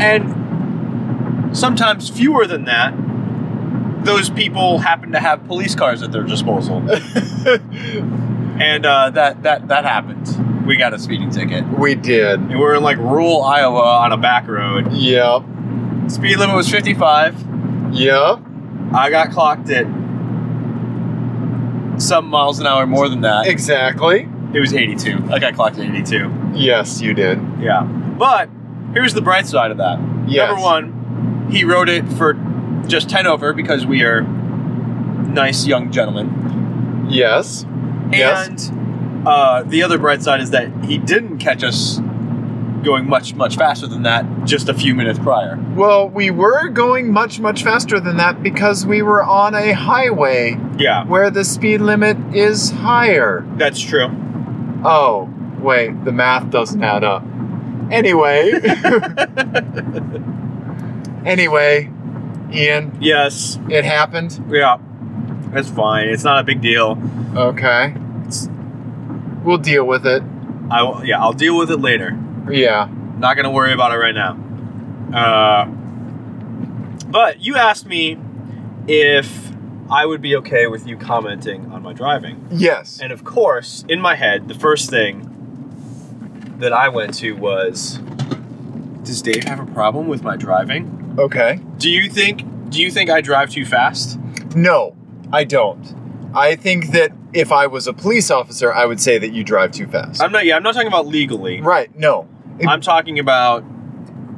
and sometimes fewer than that those people happen to have police cars at their disposal and uh, that that that happened we got a speeding ticket We did. and we were in like rural iowa on a back road Yep. speed limit was 55 Yep. i got clocked at some miles an hour more than that Exactly. it was 82 i got clocked at 82 Yes, you did. yeah but here's the bright side of that Yes. Number one, he wrote it for just 10 over because we are nice young gentlemen. Yes. Yes. And uh, the other bright side is that he didn't catch us going much, much faster than that just a few minutes prior. Well, we were going much, much faster than that because we were on a highway Yeah, where the speed limit is higher. that's true. Oh, wait, the math doesn't add up. Anyway. anyway, Ian, Yes, it happened. yeah. That's fine. It's not a big deal. Okay. We'll deal with it. I will, yeah, I'll deal with it later. Yeah. Not gonna worry about it right now. Uh, but you asked me if I would be okay with you commenting on my driving, Yes. and of course, in my head, the first thing that I went to was, "Does Dave have a problem with my driving? Okay. Do you think? Do you think I drive too fast? No, I don't. I think that if I was a police officer, I would say that you drive too fast. I'm not. Yeah, I'm not talking about legally. right. No. I'm talking about."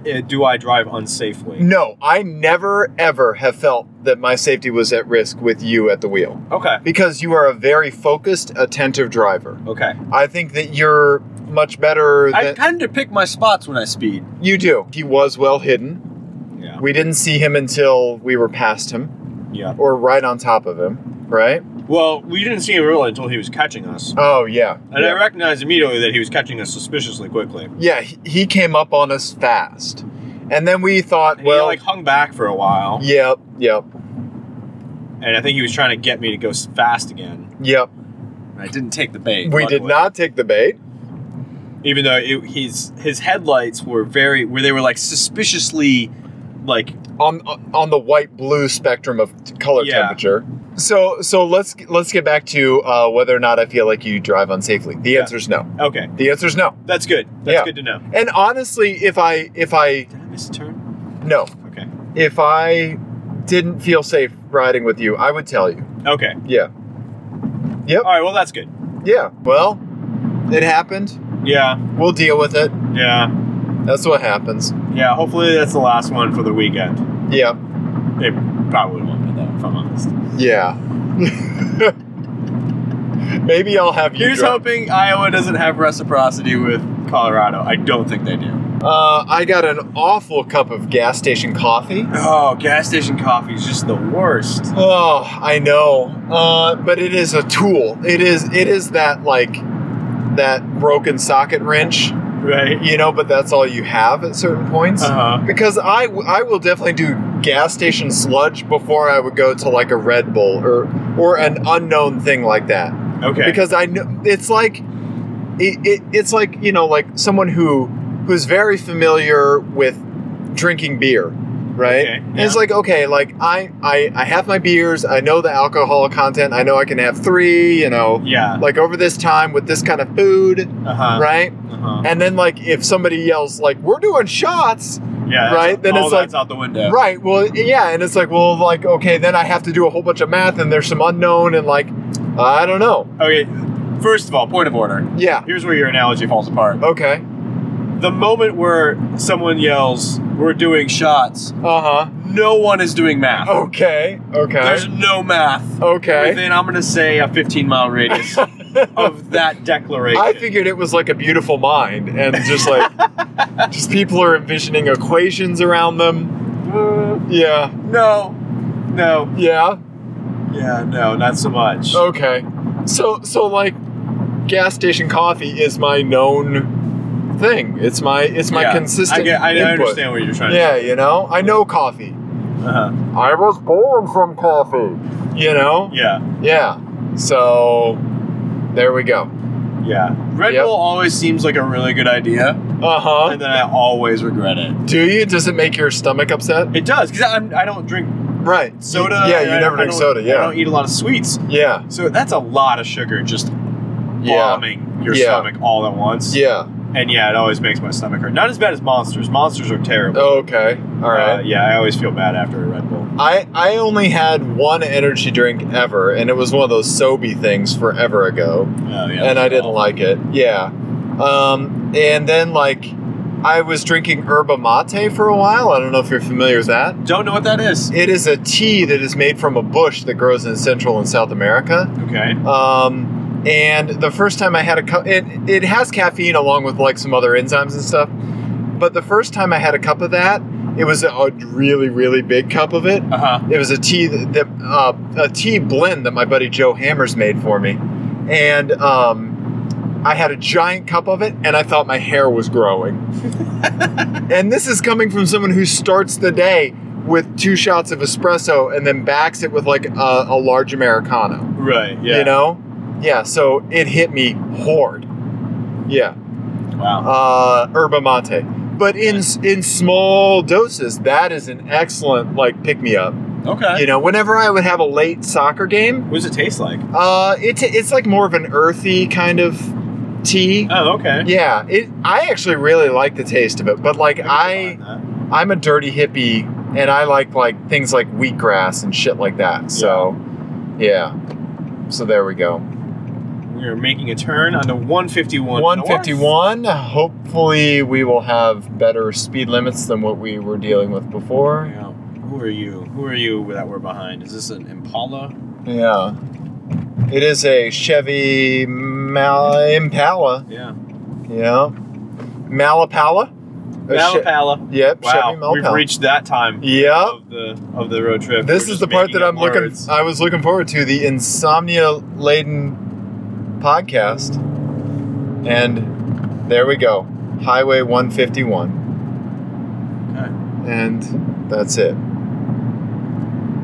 uh, Do I drive unsafely? No, I never ever have felt that my safety was at risk with you at the wheel Okay. because you are a very focused, attentive driver. Okay. I think that you're much better I than kind of pick my spots when I speed. you do. He was well hidden. Yeah. We didn't see him until we were past him Yeah. or right on top of him, right? Well, we didn't see him really until he was catching us. Oh, yeah. And I yeah. recognized immediately that he was catching us suspiciously quickly. Yeah, he- he came up on us fast. And then we thought, And well, he like hung back for a while, Yep, yep, and I think he was trying to get me to go s- fast again. yep. And I didn't take the bait. We did luckily. not take the bait. even though it, his his headlights were very where they were like suspiciously, like on on the white blue spectrum of t- color Yeah. temperature. So so let's let's get back to uh, whether or not I feel like you drive unsafely. The Yeah. answer is no. okay, The answer is no. that's good. That's Yeah. good to know. And honestly, if I if I Did I miss a turn? no Okay, if I didn't feel safe riding with you, I would tell you. okay. Yeah, All right. Well, that's good. yeah. Well, it happened. Yeah, We'll deal with it. yeah, That's what happens. yeah. Hopefully, that's the last one for the weekend. Yeah, It probably won't be though, if I'm honest. yeah. Maybe I'll have you. Here's drive. hoping Iowa doesn't have reciprocity with Colorado. I don't think they do. Uh, I got an awful cup of gas station coffee. Oh, gas station coffee is just the worst. Oh, I know. Uh, but it is a tool. It is it is that like that broken socket wrench, Right? you know, but that's all you have at certain points. Uh-huh. Because I, w- I will definitely do gas station sludge before I would go to like a Red Bull or or an unknown thing like that. Okay. Because I know it's like it, it, it's like, you know, like someone who who's very familiar with drinking beer, right? Okay, And it's like, okay, like I, I I have my beers, I know the alcohol content, I know I can have 3, you know, yeah. like over this time with this kind of food, Uh-huh. right? Uh-huh. And then like if somebody yells like we're doing shots, Yeah. that's- Right, then all it's like- that's out the window. Right. Well, yeah, and it's like, well, like, okay, then I have to do a whole bunch of math, and there's some unknown, and like, I don't know. Okay. First of all, point of order. Yeah. Here's where your analogy falls apart. Okay. The moment where someone yells, "We're doing shots," Uh huh. no one is doing math. Okay. Okay. There's no math. okay. Within, I'm gonna say a 15 mile radius of that declaration. I figured it was like a beautiful mind, and just like, just people are envisioning equations around them. Uh, Yeah. no, no, Yeah. Yeah, no, not so much. Okay. So, so like, gas station coffee is my known thing. It's my, it's my Yeah, consistent. I, get, I, I input. understand what you're trying Yeah, you know, I know coffee. to say. Uh-huh. I was born from coffee. You know? Yeah. Yeah. So there we go. Yeah. Red Yep. Bull always seems like a really good idea, Uh huh. and then I always regret it. Do you? Does it make your stomach upset? It does because I don't drink Right. soda. Yeah, you I- never I drink don't- soda, yeah. I don't eat a lot of sweets, Yeah. so that's a lot of sugar just Yeah. bombing your Yeah. stomach all at once. Yeah. And yeah, it always makes my stomach hurt. Not as bad as monsters. Monsters are terrible. Okay. All right. Uh, yeah, I always feel bad after a Red Bull. I I only had one energy drink ever, and it was one of those Sobe things forever ago, Oh, yeah, and I didn't like it. Yeah, um, and then like I was drinking yerba mate for a while. I don't know if you're familiar with that. Don't know what that is. It is a tea that is made from a bush that grows in Central and South America. Okay. Um, and the first time I had a cup, it it has caffeine along with like some other enzymes and stuff. But the first time I had a cup of that, it was a really really big cup of it. Uh huh. It was a tea that that, uh, a tea blend that my buddy Joe Hammers made for me, and um, I had a giant cup of it, and I thought my hair was growing. and this is coming from someone who starts the day with two shots of espresso and then backs it with like a, a large americano. Right. Yeah. You know, yeah. So it hit me hard. Yeah Wow. uh, yerba mate. But in in small doses, that is an excellent like pick me up. Okay. You know, whenever I would have a late soccer game, what does it taste like? uh, it's it's like more of an earthy kind of tea. Oh, okay. Yeah, it. I actually really like the taste of it, but like I I, I'm a dirty hippie, and I like like things like wheatgrass and shit like that. So, yeah. So there we go. we are making a turn onto 151. 151. Hopefully, we will have better speed limits than what we were dealing with before. Yeah. Who are you? Who are you that we're behind? Is this an Impala? Yeah. It is a Chevy Mal- Impala. Yeah. Yeah. Malapala? A Che- Malapala. yep, Wow. Uh, Chevy We've Malapala. reached that time yep. of the of the road trip. This We're is just the part making that up I'm looking words. I was looking forward to, the insomnia laden podcast. And there we go. Highway 151. And that's it.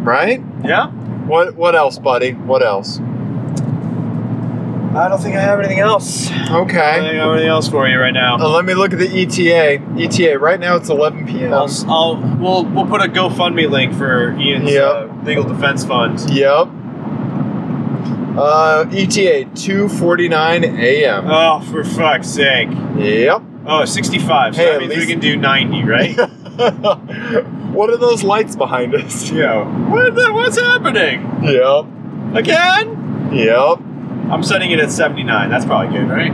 Right? Yeah. What what else, buddy? What else? I don't think I have anything else. I don't Okay. think I have anything else for you right now. Uh, let me look at the ETA. ETA, E right now it's 11 p.m. I'll, I'll we'll we'll put a GoFundMe link for Ian's Yep. uh, legal defense fund. Yep. Uh, ETA, 2.49 a.m. Oh, for fuck's sake! Yep. Oh, 65. So Hey, that at means we least- can do 90, right? what are those lights behind us? yeah. What the, what's happening Yep. again? Yep. I'm setting it at 79. That's probably good, right?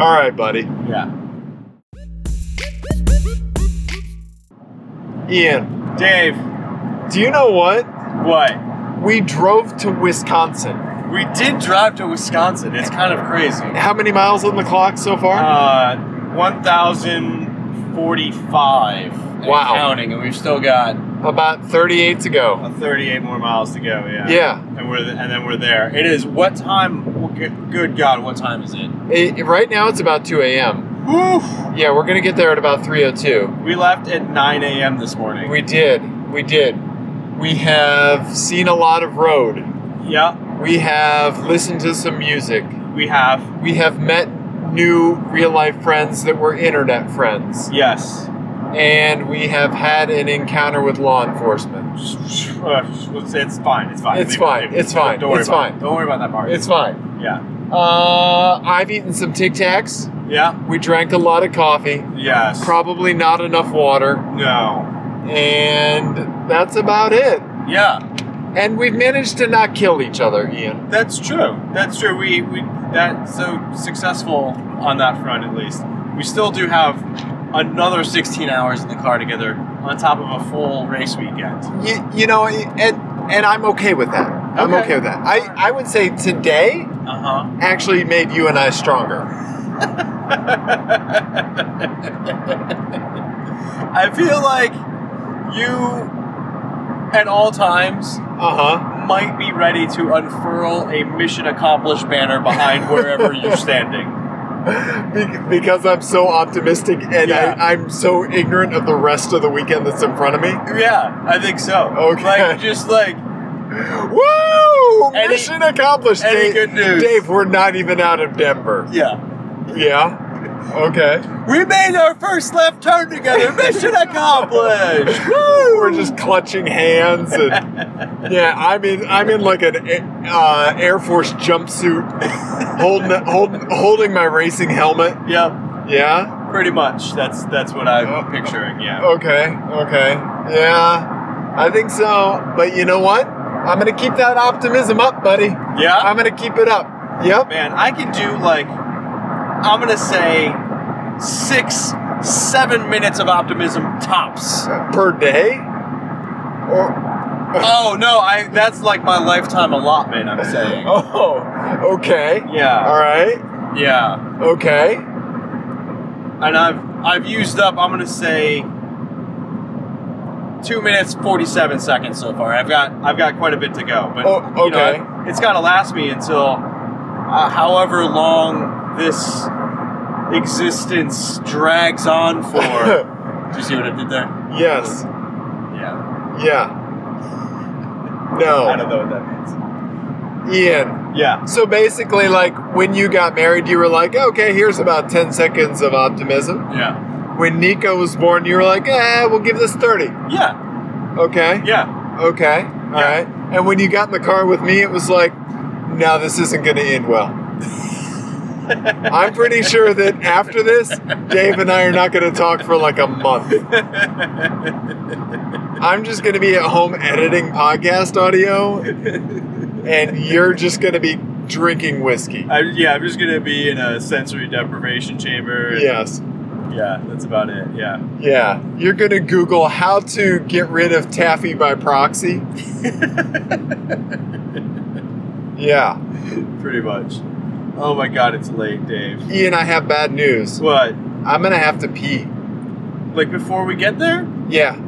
All right, buddy. Yeah. Ian, Dave, do you know what? what? We drove to Wisconsin. We did drive to Wisconsin. It's kind of crazy. How many miles on the clock so far? Uh, 1,045. and Wow. Counting, and we've still got About 38 to go. uh, 38 more miles to go. Yeah. Yeah. and we're and then we're there. It is what time? well, good- Good God, what time is it? It, right now it's about 2 a.m. Whew. Yeah, we're gonna get there at about 3:02. We left at 9 a.m. this morning. We did. We did. We have seen a lot of road. yeah, We have listened to some music. we have. We have met new real life friends that were internet friends. Yes. And we have had an encounter with law enforcement. Uh, It's it's fine. It's fine. It's Leave it, fine, leave it. it's fine, Don't worry it's about fine. It. Don't worry about that part. It's fine. yeah. Uh, I've eaten some Tic Tacs. Yeah. We drank a lot of coffee. Yes. Probably not enough water. no. And that's about it. Yeah. And we've managed to not kill each other, Ian. That's true. That's true. We we that so successful on that front at least. We still do have another 16 hours in the car together on top of a full race weekend. You, you know, and and I'm okay with that. I'm Okay. okay with that. I, I would say today Uh huh. actually made you and I stronger. I feel like you, at all times, Uh huh. might be ready to unfurl a mission accomplished banner behind wherever you're standing. Be- because I'm so optimistic and Yeah. I, I'm so ignorant of the rest of the weekend that's in front of me. Yeah, I think so. Okay. Like, just like, Woo! Any- Mission accomplished. any Dave, good news? Dave, we're not even out of Denver. Yeah. Yeah. Okay. We made our first left turn together. Mission accomplished. We're just clutching hands and yeah, I'm in I'm in like an uh, Air Force jumpsuit, holding holding holding my racing helmet. yeah, Yeah. pretty much. That's that's what I'm picturing. Yeah. Okay. Okay. Yeah. I think so. But you know what? I'm gonna keep that optimism up, buddy. Yeah. Oh. I'm gonna keep it up. Yep. Man, I can do like I'm gonna say six, seven minutes of optimism tops. Per day. Or Oh no, I that's like my lifetime allotment. I'm saying. oh. Okay. Yeah, All right. yeah. Okay. And I've I've used up. I'm gonna say two minutes forty-seven seconds so far. I've got I've got quite a bit to go, but Oh, you know, okay. it- it's gotta last me until uh, however long this existence drags on for. Did you see what I did there? yes. Yeah. Yeah. I No. don't know what that means. Ian. Yeah. So basically, like when you got married, you were like, okay, here's about 10 seconds of optimism. Yeah. When Nico was born, you were like, eh, we'll give this 30. Yeah. Okay. Yeah. Okay. All right. And when you got in the car with me, it was like, no, this isn't going to end well. I'm pretty sure that after this, Dave and I are not going to talk for like a month. I'm just going to be at home editing podcast audio, and you're just going to be drinking whiskey. I, yeah. I'm just gonna be in a sensory deprivation chamber. and- Yes. Yeah. That's about it. Yeah. Yeah. You're going to Google how to get rid of taffy by proxy. yeah. Pretty much. Oh my God, it's late, Dave. Ian, I have bad news. What? I'm gonna have to pee. Like before we get there? Yeah.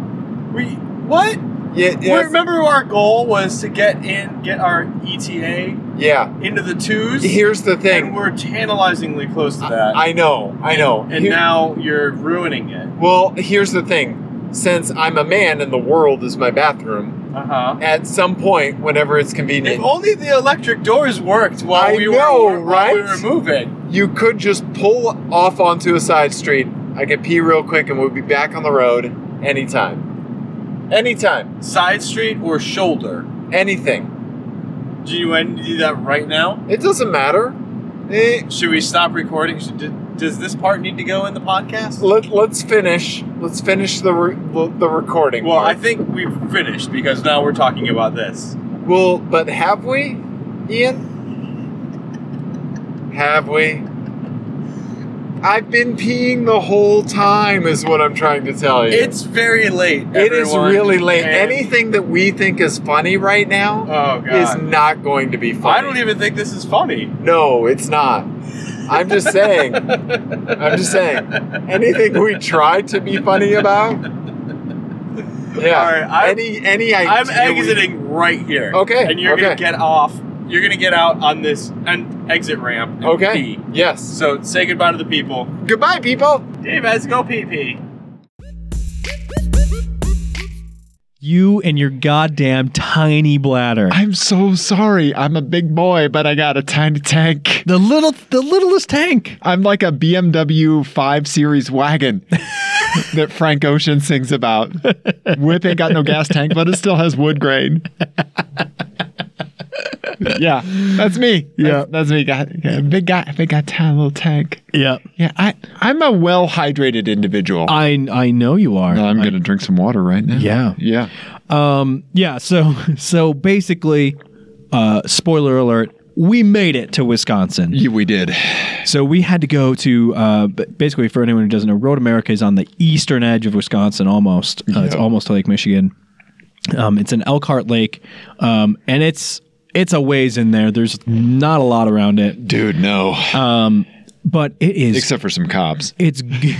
We what? Yeah. Well, yes. Remember our goal was to get in, get our ETA Yeah. into the twos. Here's the and thing. we're tantalizingly close to that. I know. I know. and Here- now you're ruining it. well, here's the thing. Since I'm a man and the world is my bathroom, Uh huh. at some point, whenever it's If convenient, only the electric doors worked while I we know, were while we right? were moving. you could just pull off onto a side street. I could pee real quick, and we'll be back on the road anytime. Anytime. Side street or shoulder? Anything. Do you want to do that right now? It doesn't matter. Eh, Should we stop recording? Should, did- does this part need to go in the podcast? let, let's finish. Let's finish the re- the recording. Well, part. I think we've finished because now we're talking about this. Well, but have we, Ian? Have we? I've been peeing the whole time, is what I'm trying to tell you. It's very late. It is everyone, really late. and- Anything that we think is funny right now Oh is god. not going to be funny. I don't even think this is funny. No, it's not. I'm just saying. I'm just saying. Anything we try to be funny about. Yeah. All right, I'm- any any idea? I'm we- exiting right here. Okay, And you're gonna okay. get off. You're gonna get out on this and exit ramp. and Okay. pee. Yes. So say goodbye to the people. Goodbye, people. Dave has go pee pee. You and your goddamn tiny bladder. I'm so sorry. I'm a big boy, but I got a tiny tank. The little, the littlest tank. I'm like a BMW 5 Series wagon that Frank Ocean sings about. Whip ain't got no gas tank, but it still has wood grain. yeah, that's me. Yeah. that's, that's me. Got yeah, big guy, big guy, tiny little tank. Yep. Yeah, I I'm a well hydrated individual. I I know you are. I'm gonna drink some water right now. Yeah. yeah. Um, yeah, so so basically, uh, spoiler alert, we made it to Wisconsin. we did. So we had to go to uh, b- basically for anyone who doesn't know, Road America is on the eastern edge of Wisconsin, almost. Uh, It's Yeah. almost to Lake Michigan. Um, it's an Elkhart Lake, um, and it's it's a ways in there. There's not a lot around it, Dude, no. but it is Except for some cops. it's g-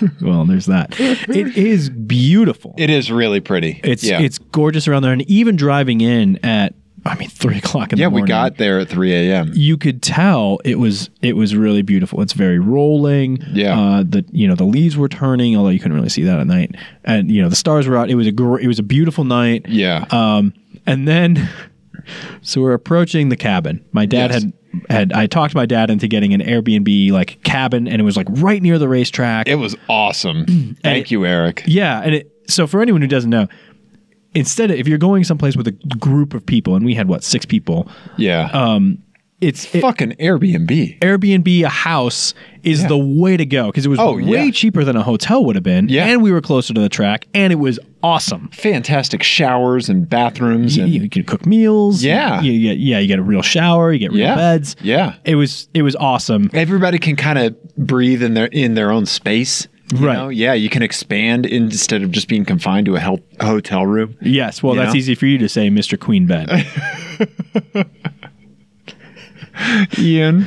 well. There's that. It is beautiful. It is really pretty. It's yeah. it's gorgeous around there, and even driving in at I mean three o'clock in yeah. the We morning. got there at 3 a.m. You could tell it was it was really beautiful. It's very rolling. Yeah. Uh, the you know the leaves were turning, although you couldn't really see that at night, and you know the stars were out. It was a gr- it was a beautiful night. Yeah. Um, And then, so we're approaching the cabin. My dad Yes. had had I talked my dad into getting an Airbnb like cabin, and it was like right near the racetrack. It was awesome. Thank you, Eric. Yeah, and it, so for anyone who doesn't know, instead if you're going someplace with a group of people, and we had what six people, Yeah. Uh, it's it, Fucking Airbnb. Airbnb a house is the way to go because it was Oh, way yeah. cheaper than a hotel would have been, Yeah. and we were closer to the track, and it was awesome. Fantastic showers and bathrooms You, and you can cook meals. Yeah. you get, yeah, you get a real shower, you get real yeah. beds. Yeah. It was it was awesome. Everybody can kind of breathe in their in their own space. you Right. know? Yeah, you can expand in- instead of just being confined to a hel- hotel room. Yes, well, You that's know? easy for you to say, Mister Queen Bed. Ian,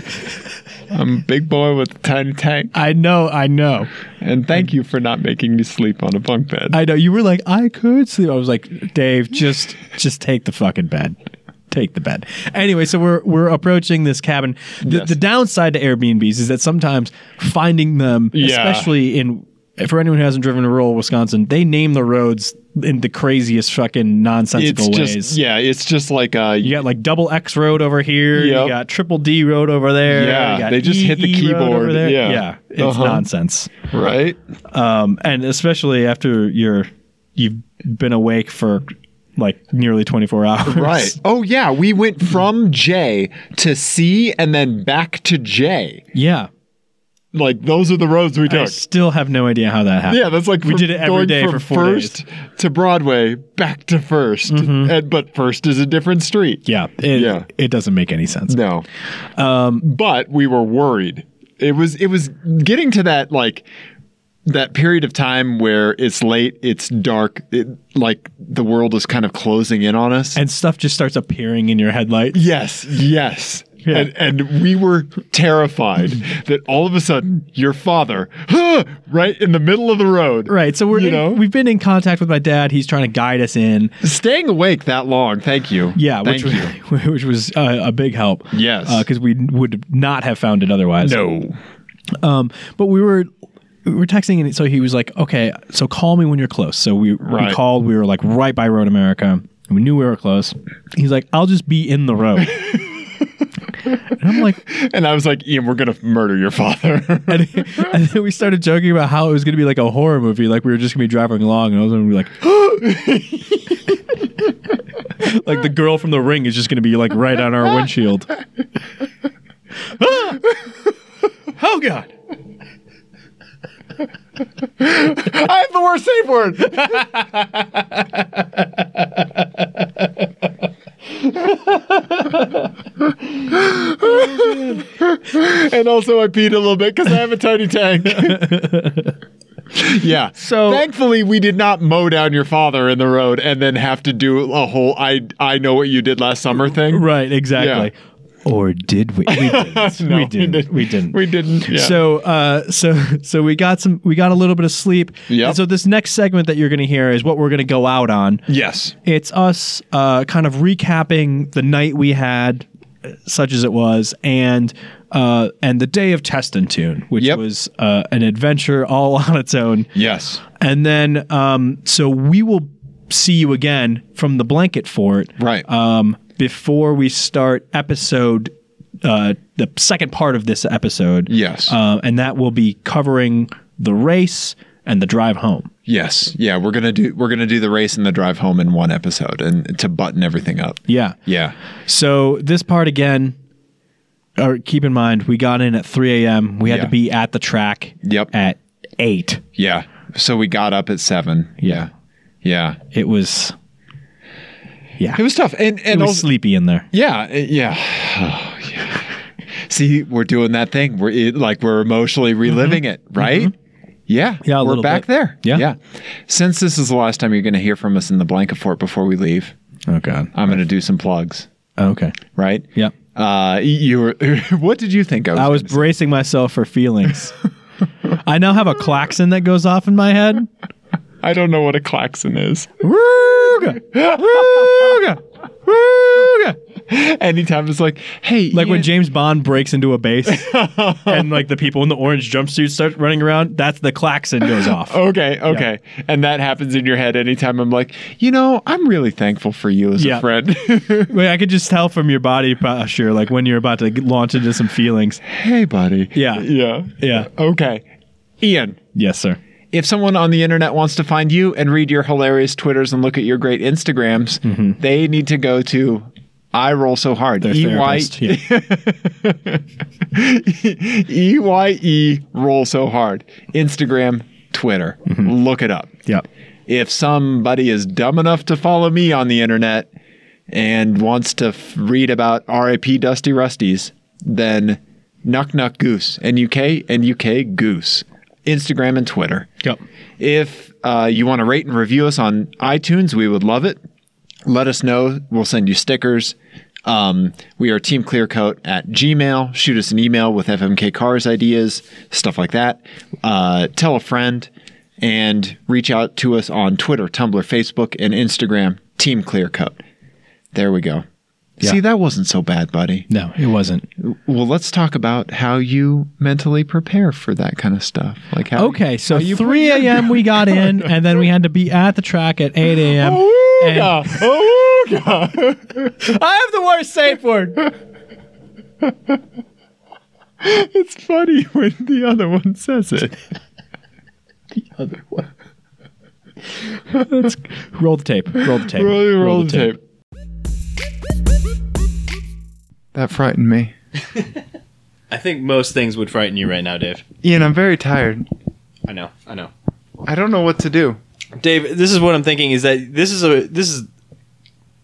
I'm a big boy with a tiny tank, I know, I know, and thank you for not making me sleep on a bunk bed. I know. You were like, I could sleep. I was like, Dave, just just take the fucking bed. Take the bed. Anyway, so we're we're approaching this cabin. The, Yes. the downside to Airbnbs is that sometimes finding them, Yeah. especially in for anyone who hasn't driven to rural Wisconsin, they name the roads in the craziest fucking nonsensical it's ways. just yeah, it's just like uh, You got like double X road over here. Yep. You got triple D road over there. Yeah, you got they just hit the EE road keyboard, over there. yeah. it's Uh-huh. nonsense. right. Um, and especially after you're you've been awake for like nearly 24 hours. Right. Oh yeah, we went from J to C and then back to J. Yeah. Like those are the roads we I took. still have no idea how that happened. Yeah, that's like we from did it every going day from for four days. first Mm-hmm. to Broadway, back to 1st and but first is a different street. Yeah. It, Yeah. It doesn't make any sense. No, um, but we were worried. It was it was getting to that like that period of time where it's late, it's dark, it, like the world is kind of closing in on us. And stuff just starts appearing in your headlight. Yes, yes. Yeah. And, and we were terrified that all of a sudden your father, huh, right in the middle of the road, Right. So we're You in- know? we've been in contact with my dad. He's trying to guide us in. staying awake that long. Thank you. Yeah, thank which was, you. which was uh, a big help. Yes. because we would not have found it otherwise. No, Um, but we were we were texting, and so he was like, "Okay, so call me when you're close." So we, Right. we called. We were like right by Road America. We knew we were close. He's like, "I'll just be in the road." and I'm like, and I was like, Ian, we're gonna murder your father. and, and then we started joking about how it was going to be like a horror movie. Like we were just going to be driving along, and all of a sudden we were like, like the girl from The Ring is just going to be like right on our windshield. Ah! oh God! I have the worst safe word. and also, I peed a little bit because I have a tiny tank. yeah. So- thankfully, we did not mow down your father in the road and then have to do a whole "I I know what you did last summer" thing. Right? Exactly. Or did we? We didn't. No, we didn't. We didn't. We didn't. Yeah. So, uh, so, so we got some. We got a little bit of sleep. Yep. And So this next segment that you're going to hear is what we're going to go out on. yes. it's us uh, kind of recapping the night we had, uh, such as it was, and uh, and the day of Test and Tune, which Yep. was uh, an adventure all on its own. Yes. And then, um, so we will see you again from the blanket fort, Right. Um, before we start episode, uh, the second part of this episode, Yes. uh, and that will be covering the race and the drive home. Yes. Yeah, we're gonna do we're gonna do the race and the drive home in one episode and to button everything up. Yeah. Yeah. So this part again, or keep in mind, we got in at 3 a.m. We had Yeah. to be at the track Yep. at 8. Yeah. So we got up at seven. Yeah. Yeah. It was, yeah, It was tough. And it and was also, sleepy in there. yeah, eh, yeah. Oh, yeah. See, we're doing that thing. We're it, like we're emotionally reliving it, right? Yeah. Mm-hmm. Yeah, a We're little back bit. there. Yeah. Yeah. Since this is the last time you're gonna hear from us in the blanket fort before we leave, Oh, God. I'm gonna do some plugs. Okay. Right? Yep. Uh, you were. what did you think? I was. I was gonna say? bracing myself for feelings. I now have a klaxon that goes off in my head. I don't know what a klaxon is. Rooga! Rooga! Woo! Anytime it's like, hey, Like when Ian- James Bond breaks into a base Oh. and like the people in the orange jumpsuits start running around, that's the klaxon goes off. Okay, okay. And that happens in your head anytime I'm like, you know, I'm really thankful for you as Yeah. a friend. Wait, I could just tell from your body posture, like when you're about to get- launch into some feelings. hey, buddy. Yeah. Yeah. Yeah. Okay. Ian, Yes, sir. if someone on the internet wants to find you and read your hilarious Twitters and look at your great Instagrams, they need to go to I roll so hard. Mm-hmm. Their E Y therapist, yeah. E Y E roll so hard. Instagram, Twitter. Look it up. Yeah. if somebody is dumb enough to follow me on the internet and wants to f- read about RIP Dusty Rusties, then Knuck Knuck Goose and UK and UK Goose, Instagram and Twitter. Yep. If uh, you want to rate and review us on iTunes, we would love it. Let us know. We'll send you stickers. Um, we are Team Clearcoat at Gmail. Shoot us an email with FMK Cars ideas, stuff like that. Uh, tell a friend and reach out to us on Twitter, Tumblr, Facebook, and Instagram. Team Clearcoat. There we go. Yeah. See, that wasn't so bad, buddy. No, it wasn't. Well, let's talk about how you mentally prepare for that kind of stuff. Like how Okay, so 3 a.m. we got in, and then we had to be at the track at 8 a.m. Oh. and- I have the worst safe word. It's funny when the other one says it. Roll the tape. Roll the tape. Roll, roll, the tape. That frightened me. I think most things would frighten you right now, Dave. Ian, I'm very tired. I know, I know. I don't know what to do. Dave, this is what I'm thinking is that this is a this is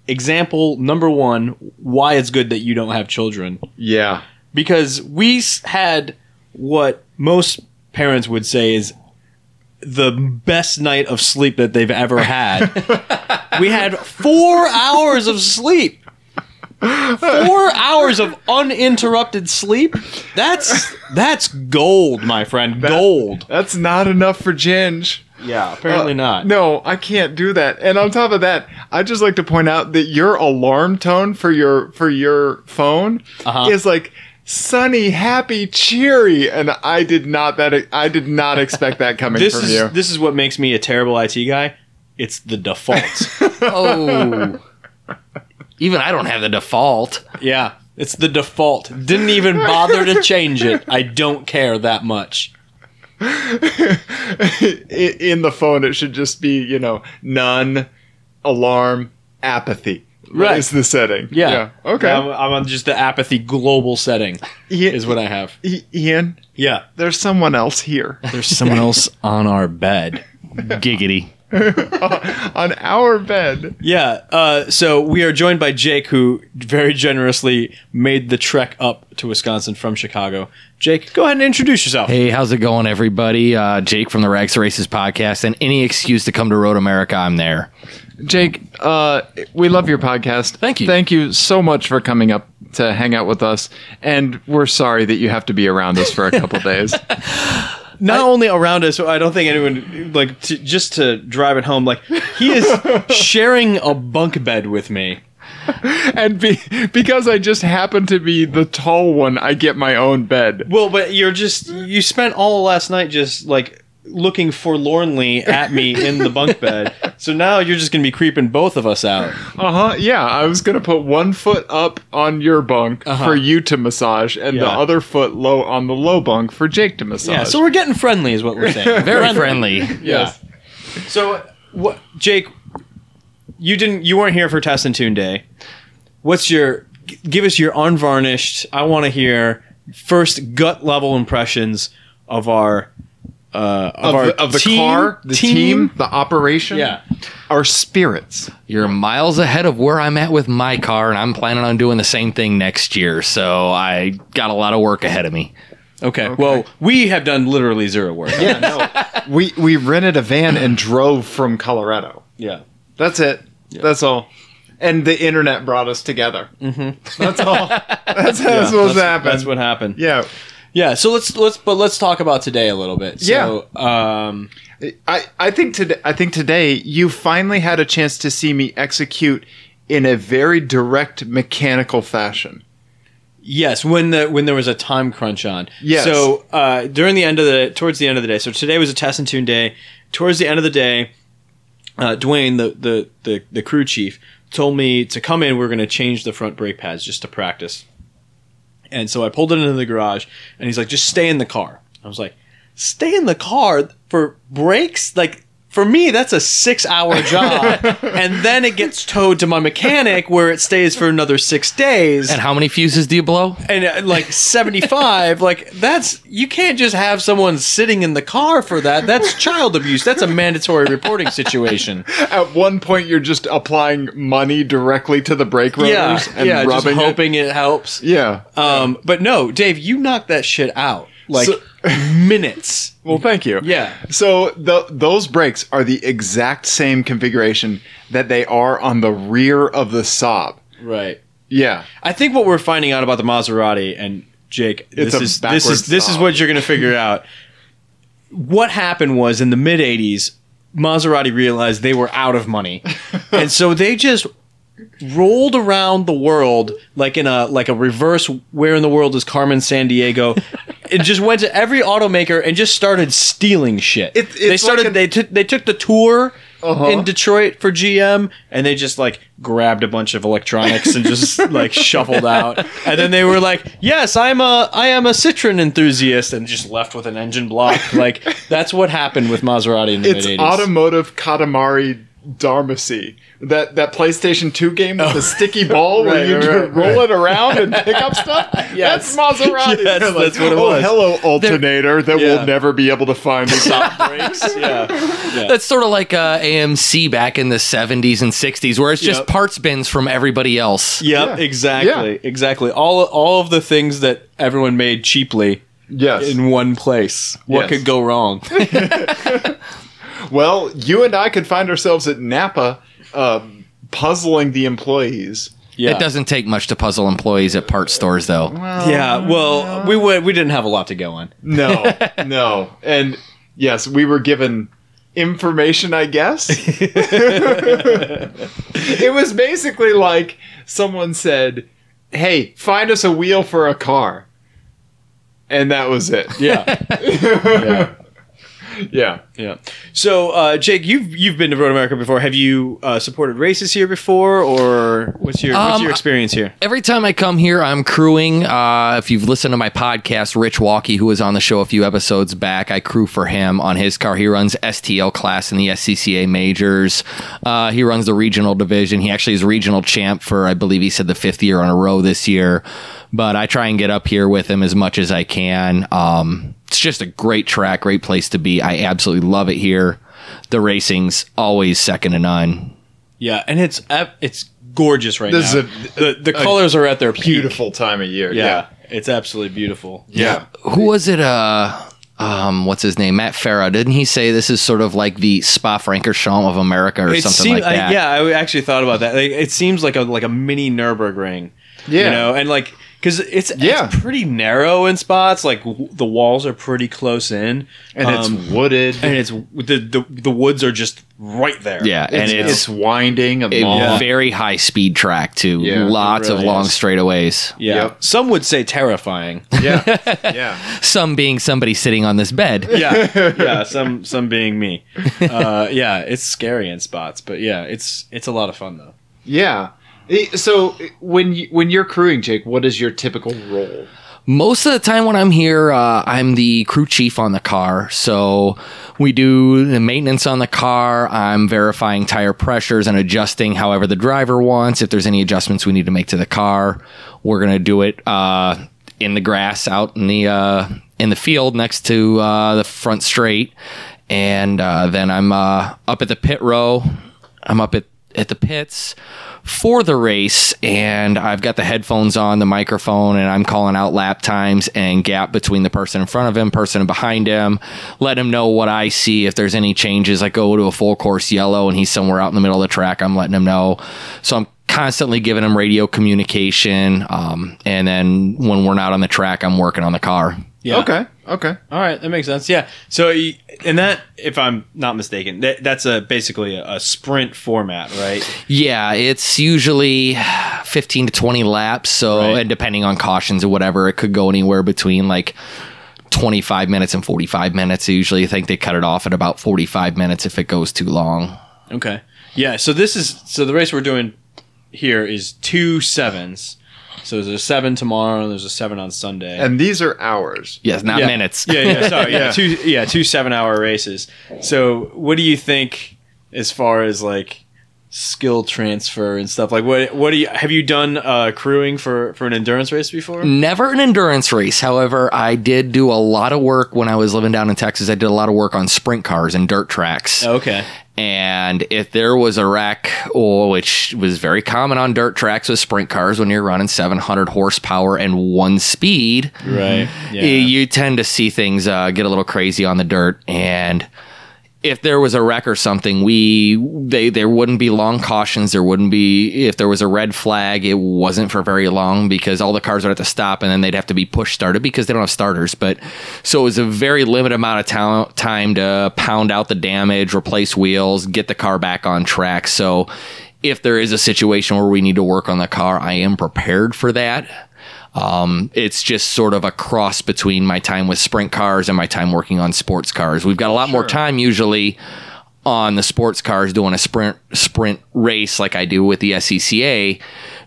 example number one why it's good that you don't have children Yeah. because we s- had what most parents would say is the best night of sleep that they've ever had. we had four hours of sleep. Four hours of uninterrupted sleep. That's that's gold, my friend. Gold. That's not enough for Ginge. Yeah, apparently Uh, not. No, I can't do that. And on top of that, I just like to point out that your alarm tone for your for your phone Uh-huh. is like sunny, happy, cheery, and I did not that I did not expect that coming this from is you. this is what makes me a terrible IT guy. It's the default. Oh. Even I don't have the default. yeah, it's the default. Didn't even bother to change it. I don't care that much. I- In the phone, it should just be you know none, alarm, apathy. Right. is the setting. Yeah. Okay. I'm, I'm on just the apathy global setting Ian, is what I have. I- Ian, Yeah. there's someone else here There's someone else on our bed. Giggity. on our bed. Yeah. Uh, so we are joined by Jake, who very generously made the trek up to Wisconsin from Chicago. Jake, go ahead and introduce yourself. Hey, how's it going, everybody? Uh, Jake from the Rags to Races podcast, and any excuse to come to Road America, I'm there. Jake, uh, we love your podcast. Thank you. Thank you so much for coming up to hang out with us. And we're sorry that you have to be around us for a couple days. not only around us, I don't think anyone like to, just to drive it home. Like he is sharing a bunk bed with me. And be, because I just happen to be the tall one, I get my own bed. Well, but you're just you spent all last night just like looking forlornly at me in the bunk bed. So now you're just gonna be creeping both of us out. Uh Uh-huh. huh. Yeah, I was going to put one foot up on your bunk for you to massage and the Uh-huh. Yeah. other foot low on the low bunk for Jake to massage. Yeah. So we're getting friendly, is what we're saying. Very friendly. yes. So, what, Jake? You didn't. You weren't here for Test and Tune Day. What's your? g- Give us your unvarnished. I want to hear first gut level impressions of our uh, of, our Of, of the team- car, the team, the operation, Yeah. our spirits. You're miles ahead of where I'm at with my car, and I'm planning on doing the same thing next year. So I got a lot of work ahead of me. Okay. Well, we have done literally zero work. Yeah, no. we we rented a van and drove from Colorado. yeah. That's it. That's all. And the internet brought us together. Mm-hmm. That's all. That's, that's what's happened. That's what happened. yeah, Yeah. So let's let's but let's talk about today a little bit. So, yeah. Um, I, I think today I think today you finally had a chance to see me execute in a very direct mechanical fashion. Yes, when the when there was a time crunch on. Yes. So uh, during the end of the towards the end of the day, so today was a test and tune day. Towards the end of the day, uh, Dwayne, the, the the the crew chief, told me to come in. We are going to change the front brake pads just to practice. And so I pulled it into the garage, and he's like, "Just stay in the car." I was like, "Stay in the car for brakes? Like for me, that's a six-hour job, and then it gets towed to my mechanic where it stays for another six days." And how many fuses do you blow? and uh, like 75 like that's you can't just have someone sitting in the car for that that's child abuse that's a mandatory reporting situation At one point, you're just applying money directly to the brake rotors yeah and yeah just rubbing it. hoping it, helps Yeah. um but no dave you knocked that shit out like So- minutes Well, thank you. Yeah. So the, those brakes are the exact same configuration that they are on the rear of the Saab. right Yeah. i think what we're finding out about the maserati and jake It's this a is this is backwards this is knob. what you're gonna figure out what happened was in the mid 80s maserati realized they were out of money and so they just rolled around the world like in a like a reverse where in the world is Carmen San Diego it just went to every automaker and just started stealing shit It- it's they started like a- they took they took the tour Uh-huh. in Detroit for GM and they just like grabbed a bunch of electronics and just like shuffled out and then they were like yes I'm a I am a Citroen enthusiast and just left with an engine block like that's what happened with Maserati in the It's mid 80s automotive Katamari Damacy. That that PlayStation 2 game with the sticky ball where Oh. Right, you right, just right, roll it around and pick up stuff. That's Maserati. Yes, They're that's what it oh, was." hello, alternator that Yeah. we'll never be able to find again. yeah That's sort of like uh, AMC back in the 70s and 60s, where it's just Yep. parts bins from everybody else. Yep, Yeah. exactly, exactly. All all of the things that everyone made cheaply yes. in one place. What Yes. could go wrong? Well, you and I could find ourselves at Napa um, puzzling the employees. Yeah, It doesn't take much to puzzle employees at part stores, though. yeah. Well, we went, we didn't have a lot to go on. No, no. And yes, we were given information, I guess. it was basically like someone said, Hey, find us a wheel for a car. And that was it. Yeah, Yeah. yeah. So, uh, Jake, you've you've been to Road America before. Have you uh, supported races here before, or what's your what's Um, your experience here? Every time I come here, I'm crewing. Uh, if you've listened to my podcast, Rich Walkie, who was on the show a few episodes back, I crew for him on his car. He runs STL class in the SCCA majors. Uh, he runs the regional division. He actually is regional champ for, I believe he said, the fifth year on a row this year. But I try and get up here with him as much as I can. Um, it's just a great track, great place to be. I absolutely love it here. The racing's always second to none. Yeah, and it's ep- it's gorgeous right This now. is a- the the colors are at their peak. Beautiful time of year. Yeah, it's absolutely beautiful. Yeah. who was it? Uh, um, what's his name? Matt Farah. Didn't he say this is sort of like the Spa Francorchamps of America or It something seem- like that? I, yeah, I actually thought about that. Like, it seems like a like a mini Nurburgring. Yeah. you know, and like because it's Yeah. it's pretty narrow in spots. Like w- the walls are pretty close in, And Um, it's wooded. and it's the the, the woods are just right there. Yeah, and it's, it's winding and a long. very high speed track too. Yeah, it Lots of really long is. straightaways. yeah. Yep. Some would say terrifying. Yeah. yeah. Some being somebody sitting on this bed. yeah, yeah. Uh, Some some being me. Uh, yeah, it's scary in spots, but yeah, it's it's a lot of fun though. Yeah. Eh, So eh, when you, when you're crewing, Jake, what is your typical role? Most of the time when I'm here, uh, I'm the crew chief on the car. So we do the maintenance on the car. I'm verifying tire pressures and adjusting however the driver wants. If there's any adjustments we need to make to the car, we're going to do it uh, in the grass out in the uh, in the field next to uh, the front straight. And uh, then I'm uh, up at the pit row. I'm up at, at the pits for the race and I've got the headphones on, the microphone, and I'm calling out lap times and gap between the person in front of him, person behind him. Let him know what I see. If there's any changes, I go to a full course yellow and he's somewhere out in the middle of the track, I'm letting him know. So I'm constantly giving him radio communication. Um, and then when we're not on the track, I'm working on the car. Yeah. Okay. Okay. All right, that makes sense. Yeah. So, you- and that, if I'm not mistaken, that, that's a basically a, a sprint format, right? Yeah, it's usually 15 to 20 laps. So, Right. and depending on cautions or whatever, it could go anywhere between like 25 minutes and 45 minutes. I usually think they cut it off at about 45 minutes if it goes too long. Okay. Yeah. So this is so the race we're doing here is two sevens. So there's a seven tomorrow and there's a seven on Sunday. And these are ours. Yes, not yeah. minutes. yeah, yeah, sorry, yeah, two, yeah, two seven-hour races. So, what do you think as far as like skill transfer and stuff? Like, what, what do you have you done uh, crewing for for an endurance race before? Never an endurance race. However, I did do a lot of work when I was living down in Texas. I did a lot of work on sprint cars and dirt tracks. Okay, And if there was a wreck, oh, which was very common on dirt tracks with sprint cars when you're running 700 horsepower and one speed, right. Yeah. y- you tend to see things uh, get a little crazy on the dirt. And if there was a wreck or something, we they there wouldn't be long cautions. There wouldn't be if there was a red flag, it wasn't for very long because all the cars would have to stop and then they'd have to be push started because they don't have starters. But so it was a very limited amount of ta- time to pound out the damage, replace wheels, get the car back on track. So. If there is a situation where we need to work on the car, I am prepared for that. Um, it's just sort of a cross between my time with sprint cars and my time working on sports cars. We've got a lot more time usually on the sports cars doing a sprint sprint race like I do with the SCCA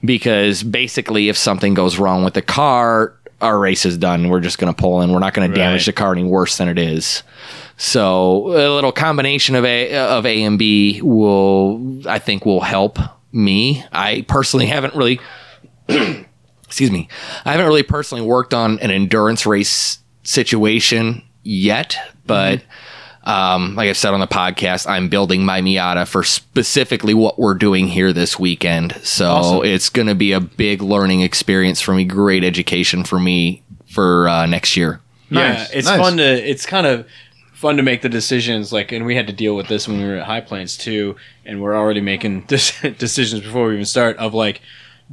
because basically if something goes wrong with the car, our race is done. We're just going to pull in. We're not going to damage the car any worse than it is. So a little combination of a of A and B will I think will help me. I personally haven't really excuse me, I haven't really personally worked on an endurance race situation yet, but um, like I've said on the podcast, I'm building my Miata for specifically what we're doing here this weekend. So it's going to be a big learning experience for me, great education for me for uh, next year. yeah, it's nice. fun to. It's kind of fun to make the decisions. Like, and we had to deal with this when we were at High Plains too, and we're already making dec- decisions before we even start. Of like,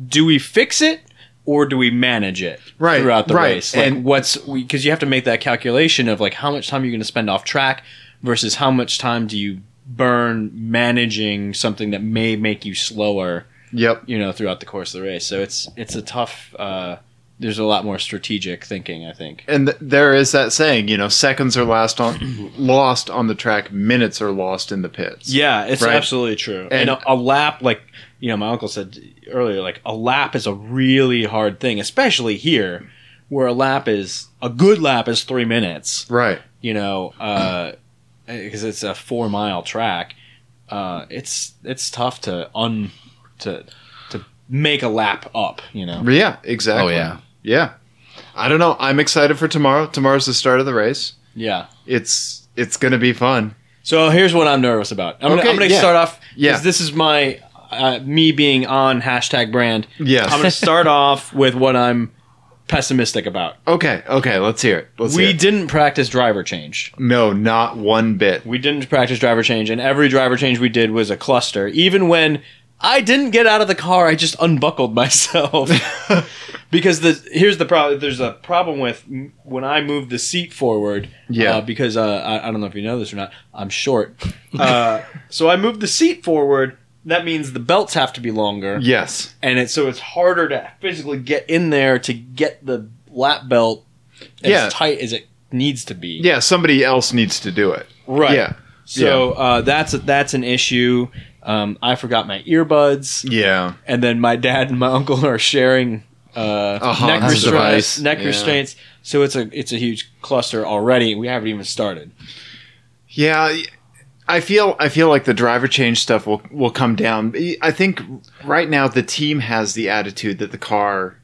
do we fix it or do we manage it Right, throughout the right, race? Like, and- what's because you have to make that calculation of like how much time you're going to spend off track versus how much time do you burn managing something that may make you slower Yep. you know throughout the course of the race so it's it's a tough uh there's a lot more strategic thinking i think And th- there is that saying, you know, seconds are last on lost on the track, minutes are lost in the pits. Yeah, it's Right? absolutely true. And- And, a, a lap, like you know, my uncle said earlier, like a lap is a really hard thing, especially here, where a lap is a good lap is three minutes. Right. You know, because it's a four mile track. Uh, it's it's tough to un to to make a lap up. You know, Yeah, exactly. Oh, yeah. Yeah. I don't know. I'm excited for tomorrow. Tomorrow's the start of the race. yeah. It's it's going to be fun. So here's what I'm nervous about. I'm Okay, gonna, I'm gonna yeah. start off. 'cause Yeah. This is my uh, me being on hashtag brand. Yes. I'm gonna start off with what I'm pessimistic about. Okay, okay, let's hear it. Let's we hear it. didn't practice driver change. No, not one bit. We didn't practice driver change, and every driver change we did was a cluster. Even when I didn't get out of the car, I just unbuckled myself. because the here's the problem. There's a problem with m- when I move the seat forward. Yeah. uh, because uh, I, I don't know if you know this or not. I'm short, uh, so I move the seat forward. That means the belts have to be longer Yes. and it's so it's harder to physically get in there to get the lap belt as Yeah. tight as it needs to be. Yeah, somebody else needs to do it. Right. Yeah. So Uh, that's that's an issue. Um, I forgot my earbuds, Yeah. and then my dad and my uncle are sharing uh, A neck, Hans restraints, device. neck Yeah. restraints. So it's a it's a huge cluster already. We haven't even started. Yeah, I feel I feel like the driver change stuff will will come down. I think right now the team has the attitude that the car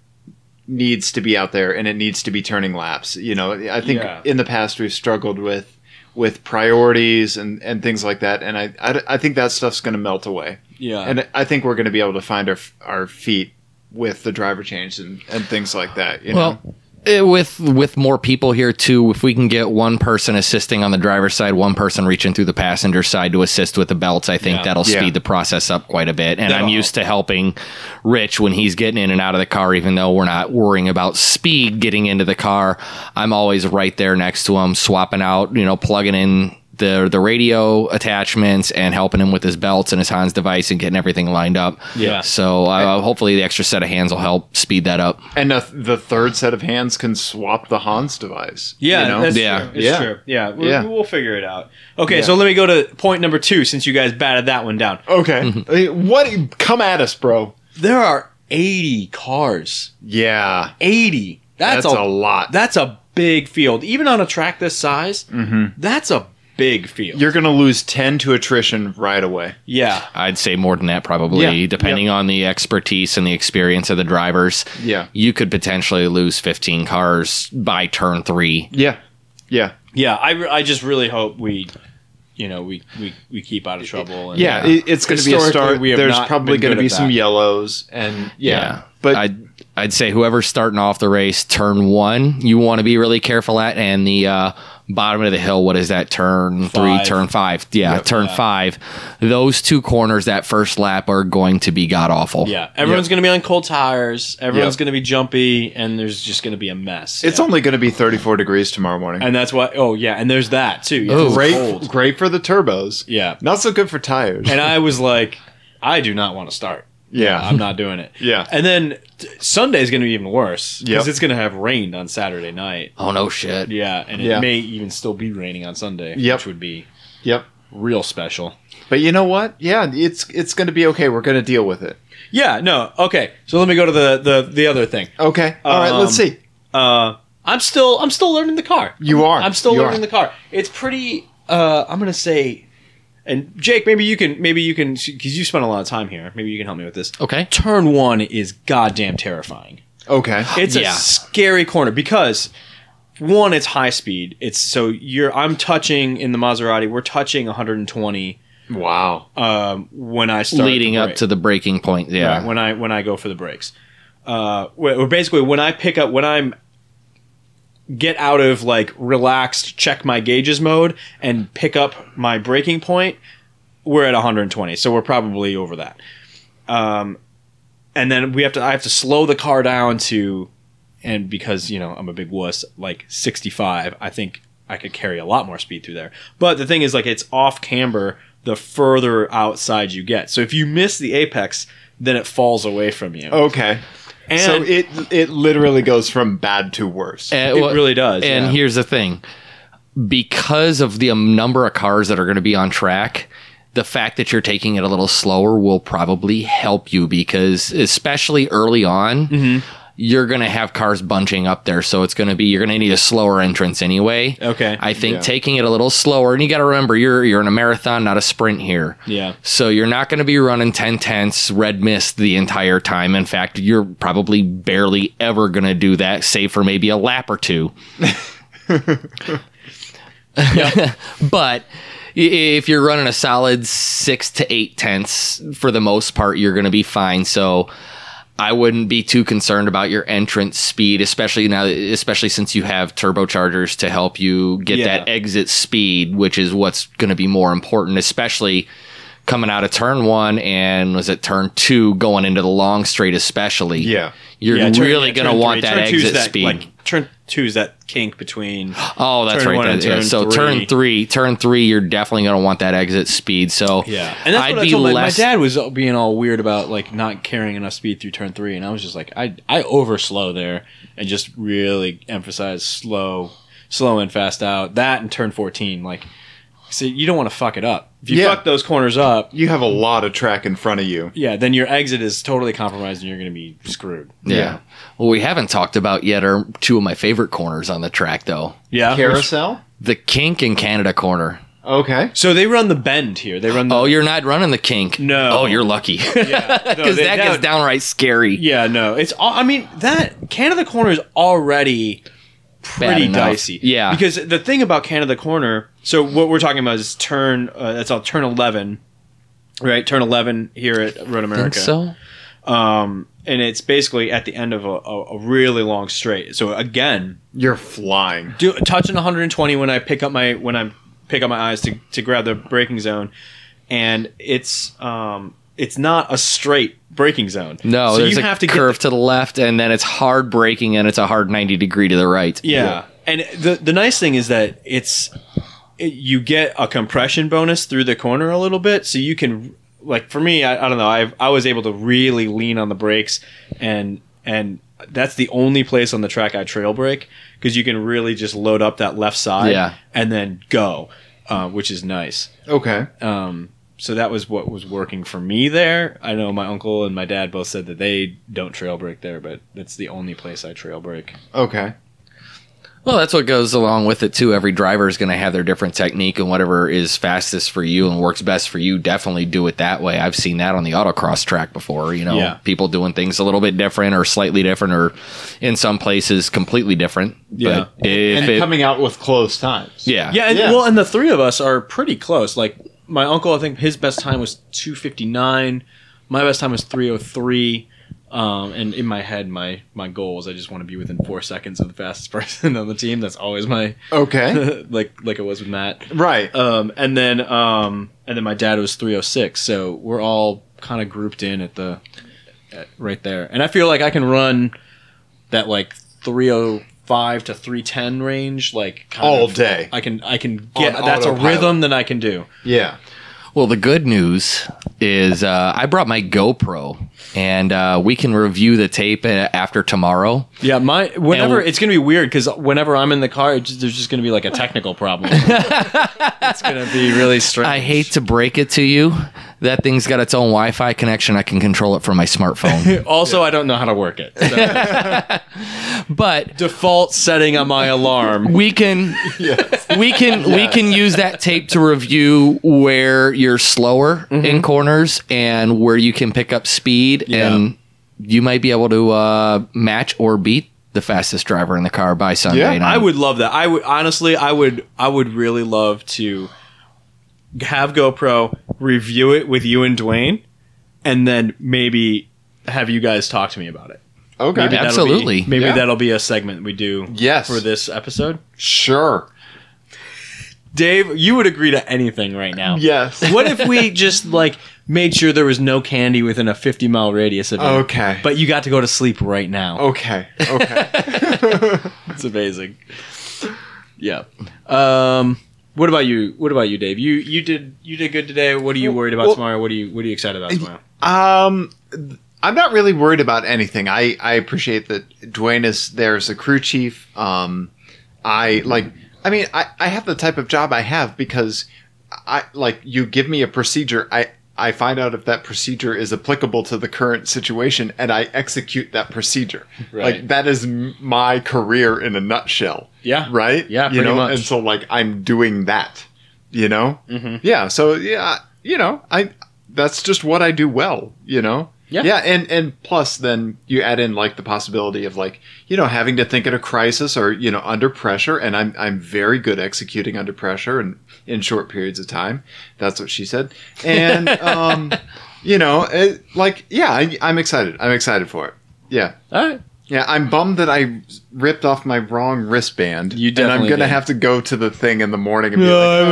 needs to be out there and it needs to be turning laps. You know, I think Yeah. in the past we've struggled with with priorities and, and things like that, and I I, I think that stuff's going to melt away, Yeah. and I think we're going to be able to find our our feet with the driver change and, and things like that. You know, Well, eh, with with more people here too, if we can get one person assisting on the driver's side, one person reaching through the passenger side to assist with the belts, I think that'll Yeah. speed the process up quite a bit. And That'll I'm used to helping Rich when he's getting in and out of the car, even though we're not worrying about speed getting into the car. I'm always right there next to him, swapping out, you know, plugging in the the radio attachments and helping him with his belts and his Hans device and getting everything lined up. Yeah. So uh, hopefully the extra set of hands will help speed that up. And the, the third set of hands can swap the Hans device. Yeah, you know? that's Yeah. true. It's Yeah. true. Yeah, we- Yeah. we'll figure it out. Okay, so let me go to point number two since you guys batted that one down. okay. Hey, What? Come at us, bro. There are 80 cars. Yeah, 80. That's, that's, a, lot. That's a big field. Even on a track this size, that's a big field. You're gonna lose ten to attrition right away. yeah. I'd say more than that probably, Yeah. depending on the expertise and the experience of the drivers. Yeah. You could potentially lose 15 cars by turn three. Yeah, yeah, Yeah, I, re- I just really hope we you know, we we, we keep out of trouble and yeah. it- it's gonna be a Historically, start. we have There's not probably been gonna good be at some that. yellows, and yeah, But but I'd I'd say whoever's starting off the race, turn one, you want to be really careful at, and the uh, bottom of the hill. What is that? Turn three, Five. turn five. Yeah, turn five. Those two corners that first lap are going to be god awful. Yeah, everyone's going to be on cold tires. Everyone's Yep. going to be jumpy, and there's just going to be a mess. it's Yeah. only gonna be 34 degrees tomorrow morning. and that's why. Oh yeah, and there's that too. Yeah, it's Oh. great, cold. great for the turbos. Yeah. not so good for tires. And I was like, I do not want to start. yeah, I'm not doing it. Yeah. And then t- Sunday's going to be even worse because Yep. it's going to have rained on Saturday night. Oh no shit. Yeah, and it Yeah. may even still be raining on Sunday, Yep. which would be Yep. real special. But you know what? Yeah, it's it's gonna be okay. We're gonna deal with it. Yeah. No. Okay. So let me go to the the the other thing. Okay. All right, Let's Um, see. Uh, I'm still I'm still learning the car. You are. I'm still You learning are. the car. It's pretty. Uh, I'm gonna say, and Jake, maybe you can, maybe you can, because you spent a lot of time here. Maybe you can help me with this. Okay. Turn one is goddamn terrifying. Okay. It's Yeah. a scary corner because one, it's high speed. It's so you're. I'm touching in the Maserati. We're touching 120 Wow. um, when I start Leading the up brake. to the breaking point. Yeah. Right, when I when I go for the brakes. Uh, wh- or basically when I pick up when I'm get out of like relaxed check my gauges mode and pick up my braking point, we're at 120, so we're probably over that. Um, and then we have to I have to slow the car down to, and because you know I'm a big wuss, like 65. I think I could carry a lot more speed through there. But the thing is, like, it's off camber the further outside you get. So if you miss the apex, then it falls away from you. Okay. and so it, it it literally goes from bad to worse. And what- really does. And yeah. here's the thing because of the um, number of cars that are going to be on track, the fact that you're taking it a little slower will probably help you because, especially early on, Mm-hmm. you're going to have cars bunching up there. So it's going to be, you're going to need a slower entrance anyway. Okay. I think taking it a little slower, and you got to remember, you're, you're in a marathon, not a sprint here. yeah. So you're not going to be running 10 tenths red mist the entire time. In fact, you're probably barely ever going to do that, save for maybe a lap or two. but i- if you're running a solid six to eight tenths, for the most part, you're going to be fine. So I wouldn't be too concerned about your entrance speed, especially now, especially since you have turbochargers to help you get Yeah. that exit speed, which is what's going to be more important, especially coming out of turn one and was it turn two going into the long straight, especially. Yeah. You're Yeah, turn- really yeah, going to turn want three. that Turn two's exit that, speed. Like, turn two is that kink between. Oh, that's turn right. one That, and yeah. turn So three. turn three, turn three, you're definitely going to want that exit speed. So Yeah, and that's I'd what I be told my, my less. dad was being all weird about like not carrying enough speed through turn three, and I was just like, I I overslow there and just really emphasize slow, slow and fast out. That and turn fourteen, like, see, you don't want to fuck it up. If you Yeah. fuck those corners up, You have a lot of track in front of you. yeah, then your exit is totally compromised, and you're going to be screwed. yeah. Well, we haven't talked about yet are two of my favorite corners on the track, though. Yeah. Carousel. The kink and Canada corner. Okay. So they run the bend here. They run the Oh, you're not running the kink. No. Oh, you're lucky. Because yeah, no, they- that that- gets downright scary. Yeah, no, it's. all. I mean, that Canada Corner is already pretty enough. dicey. Yeah. because the thing about Canada Corner. So what we're talking about is turn. Uh, that's all turn eleven, right? Turn eleven here at I think Road America. so. Um, and it's basically at the end of a, a, a really long straight. So again, You're flying. do, touching 120 when I pick up my when I pick up my eyes to, to grab the braking zone, and it's um it's not a straight braking zone. No, so there's you a have to curve Get, to the left, and then it's hard braking, and it's a hard 90 degree to the right. yeah. and the the nice thing is that it's it, you get a compression bonus through the corner a little bit, so you can like for me I, I don't know I I was able to really lean on the brakes and and. That's the only place on the track I trail brake because you can really just load up that left side Yeah. and then go, uh, which is nice. Okay. Um, so that was what was working for me there. I know my uncle and my dad both said that they don't trail break there, but that's the only place I trail break. Okay. Well, that's what goes along with it too. Every driver is going to have their different technique, and whatever is fastest for you and works best for you, definitely do it that way. I've seen that on the autocross track before. You know, Yeah. people doing things a little bit different, or slightly different, or in some places completely different. Yeah. but if and it, coming out with close times. yeah, Yeah, and, Yeah. well, and the three of us are pretty close. Like my uncle, I think his best time was two fifty nine. My best time was three oh three. Um, and in my head, my my goal is I just want to be within four seconds of the fastest person on the team. That's always my Okay. like like it was with Matt. right. Um, and then um, and then my dad was 306, so we're all kind of grouped in at the at, right there. And I feel like I can run that like 305 to 310 range like kind All of- day. I can I can get On that's a autopilot. rhythm that I can do. Yeah. Well, the good news is uh, I brought my GoPro, and uh, we can review the tape uh, after tomorrow. Yeah, my whenever And- it's going to be weird cuz whenever I'm in the car it's just, there's just going to be like a technical problem. it's going to be really strange. I hate to break it to you, that thing's got its own Wi-Fi connection. I can control it from my smartphone. also, I don't know how to work it. So, but default setting on my alarm. we can we can we can use that tape to review where you're slower Mm-hmm. in corners and where you can pick up speed and you might be able to uh, match or beat the fastest driver in the car by Sunday Yeah, night. I would love that. I would honestly, I would, I would really love to have GoPro review it with you and Dwayne, and then maybe have you guys talk to me about it. Okay. Maybe that'll be- Absolutely. maybe Yeah. that'll be a segment we do Yes. for this episode. Sure. Dave, you would agree to anything right now. Yes. what if we just like made sure there was no candy within a 50 mile radius of you? Oh, Okay. But you got to go to sleep right now. Okay. Okay. It's amazing. Yeah. Um, what about you? What about you, Dave? You you did you did good today. What are you worried about well- tomorrow? What are you What are you excited about tomorrow? Um, th- I'm not really worried about anything. I, I appreciate that Dwayne is there as a crew chief. Um, I like. I mean, I, I have the type of job I have because I like you give me a procedure. I I find out if that procedure is applicable to the current situation, and I execute that procedure. Like that is m- my career in a nutshell. Yeah. Right. Yeah, You pretty know, much. and so like I'm doing that. You know. Mm-hmm. Yeah. So yeah, you know, I that's just what I do well, you know. Yeah. Yeah, and and plus then you add in like the possibility of like, you know, having to think at a crisis or, you know, under pressure and I'm I'm very good executing under pressure and in short periods of time. That's what she said. And um you know, it, like yeah, I, I'm excited. I'm excited for it. Yeah. All right. Yeah, I'm bummed that I ripped off my wrong wristband. You and I'm definitely gonna did. have to go to the thing in the morning and be like,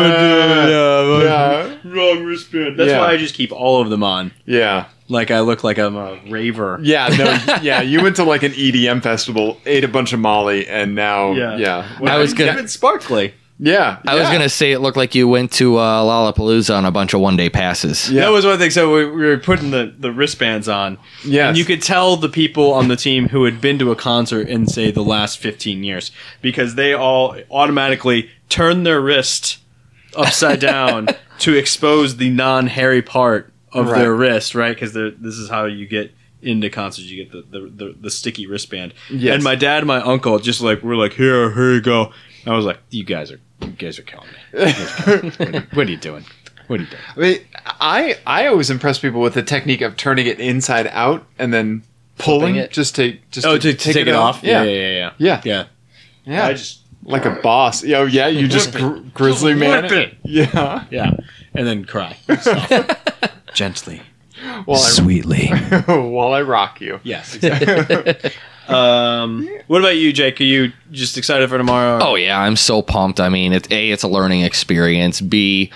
yeah, "Ah, yeah, wrong wristband. Oh, That's Yeah. why I just keep all of them on. yeah. Like I look like I'm a raver. Yeah, no, yeah. You went to like an EDM festival, ate a bunch of Molly, and now, Yeah. yeah, yeah, I was gonna- uh, Even sparkly. I was yeah. gonna say it looked like you went to uh, Lollapalooza on a bunch of one day passes. Yeah. That was one thing. So we, we were putting the, the wristbands on. Yes. And you could tell the people on the team who had been to a concert in, say, the last 15 years because they all automatically turn their wrist upside down to expose the non hairy part of Right. their wrist, right? Because this is how you get into concerts. You get the, the, the, the sticky wristband. Yes. And my dad and my uncle just like, we're like, here, here you go. I was like, you guys are. You guys are killing me. You guys are killing me. What are- what are you doing? What are you doing? I, mean, I I always impress people with the technique of turning it inside out and then pulling it. it, just to just Oh, to, to take, it, off? Yeah, yeah, yeah, yeah. yeah, yeah. yeah. I just like a boss. Yeah, yeah. You just gr- grizzly man. Whip it. Yeah, Yeah. And then cry. Gently. while Sweetly. I, while I rock you. Yes. um, what about you, Jake? Are you just excited for tomorrow? Oh yeah, I'm so pumped. I mean, it's a it's a learning experience. B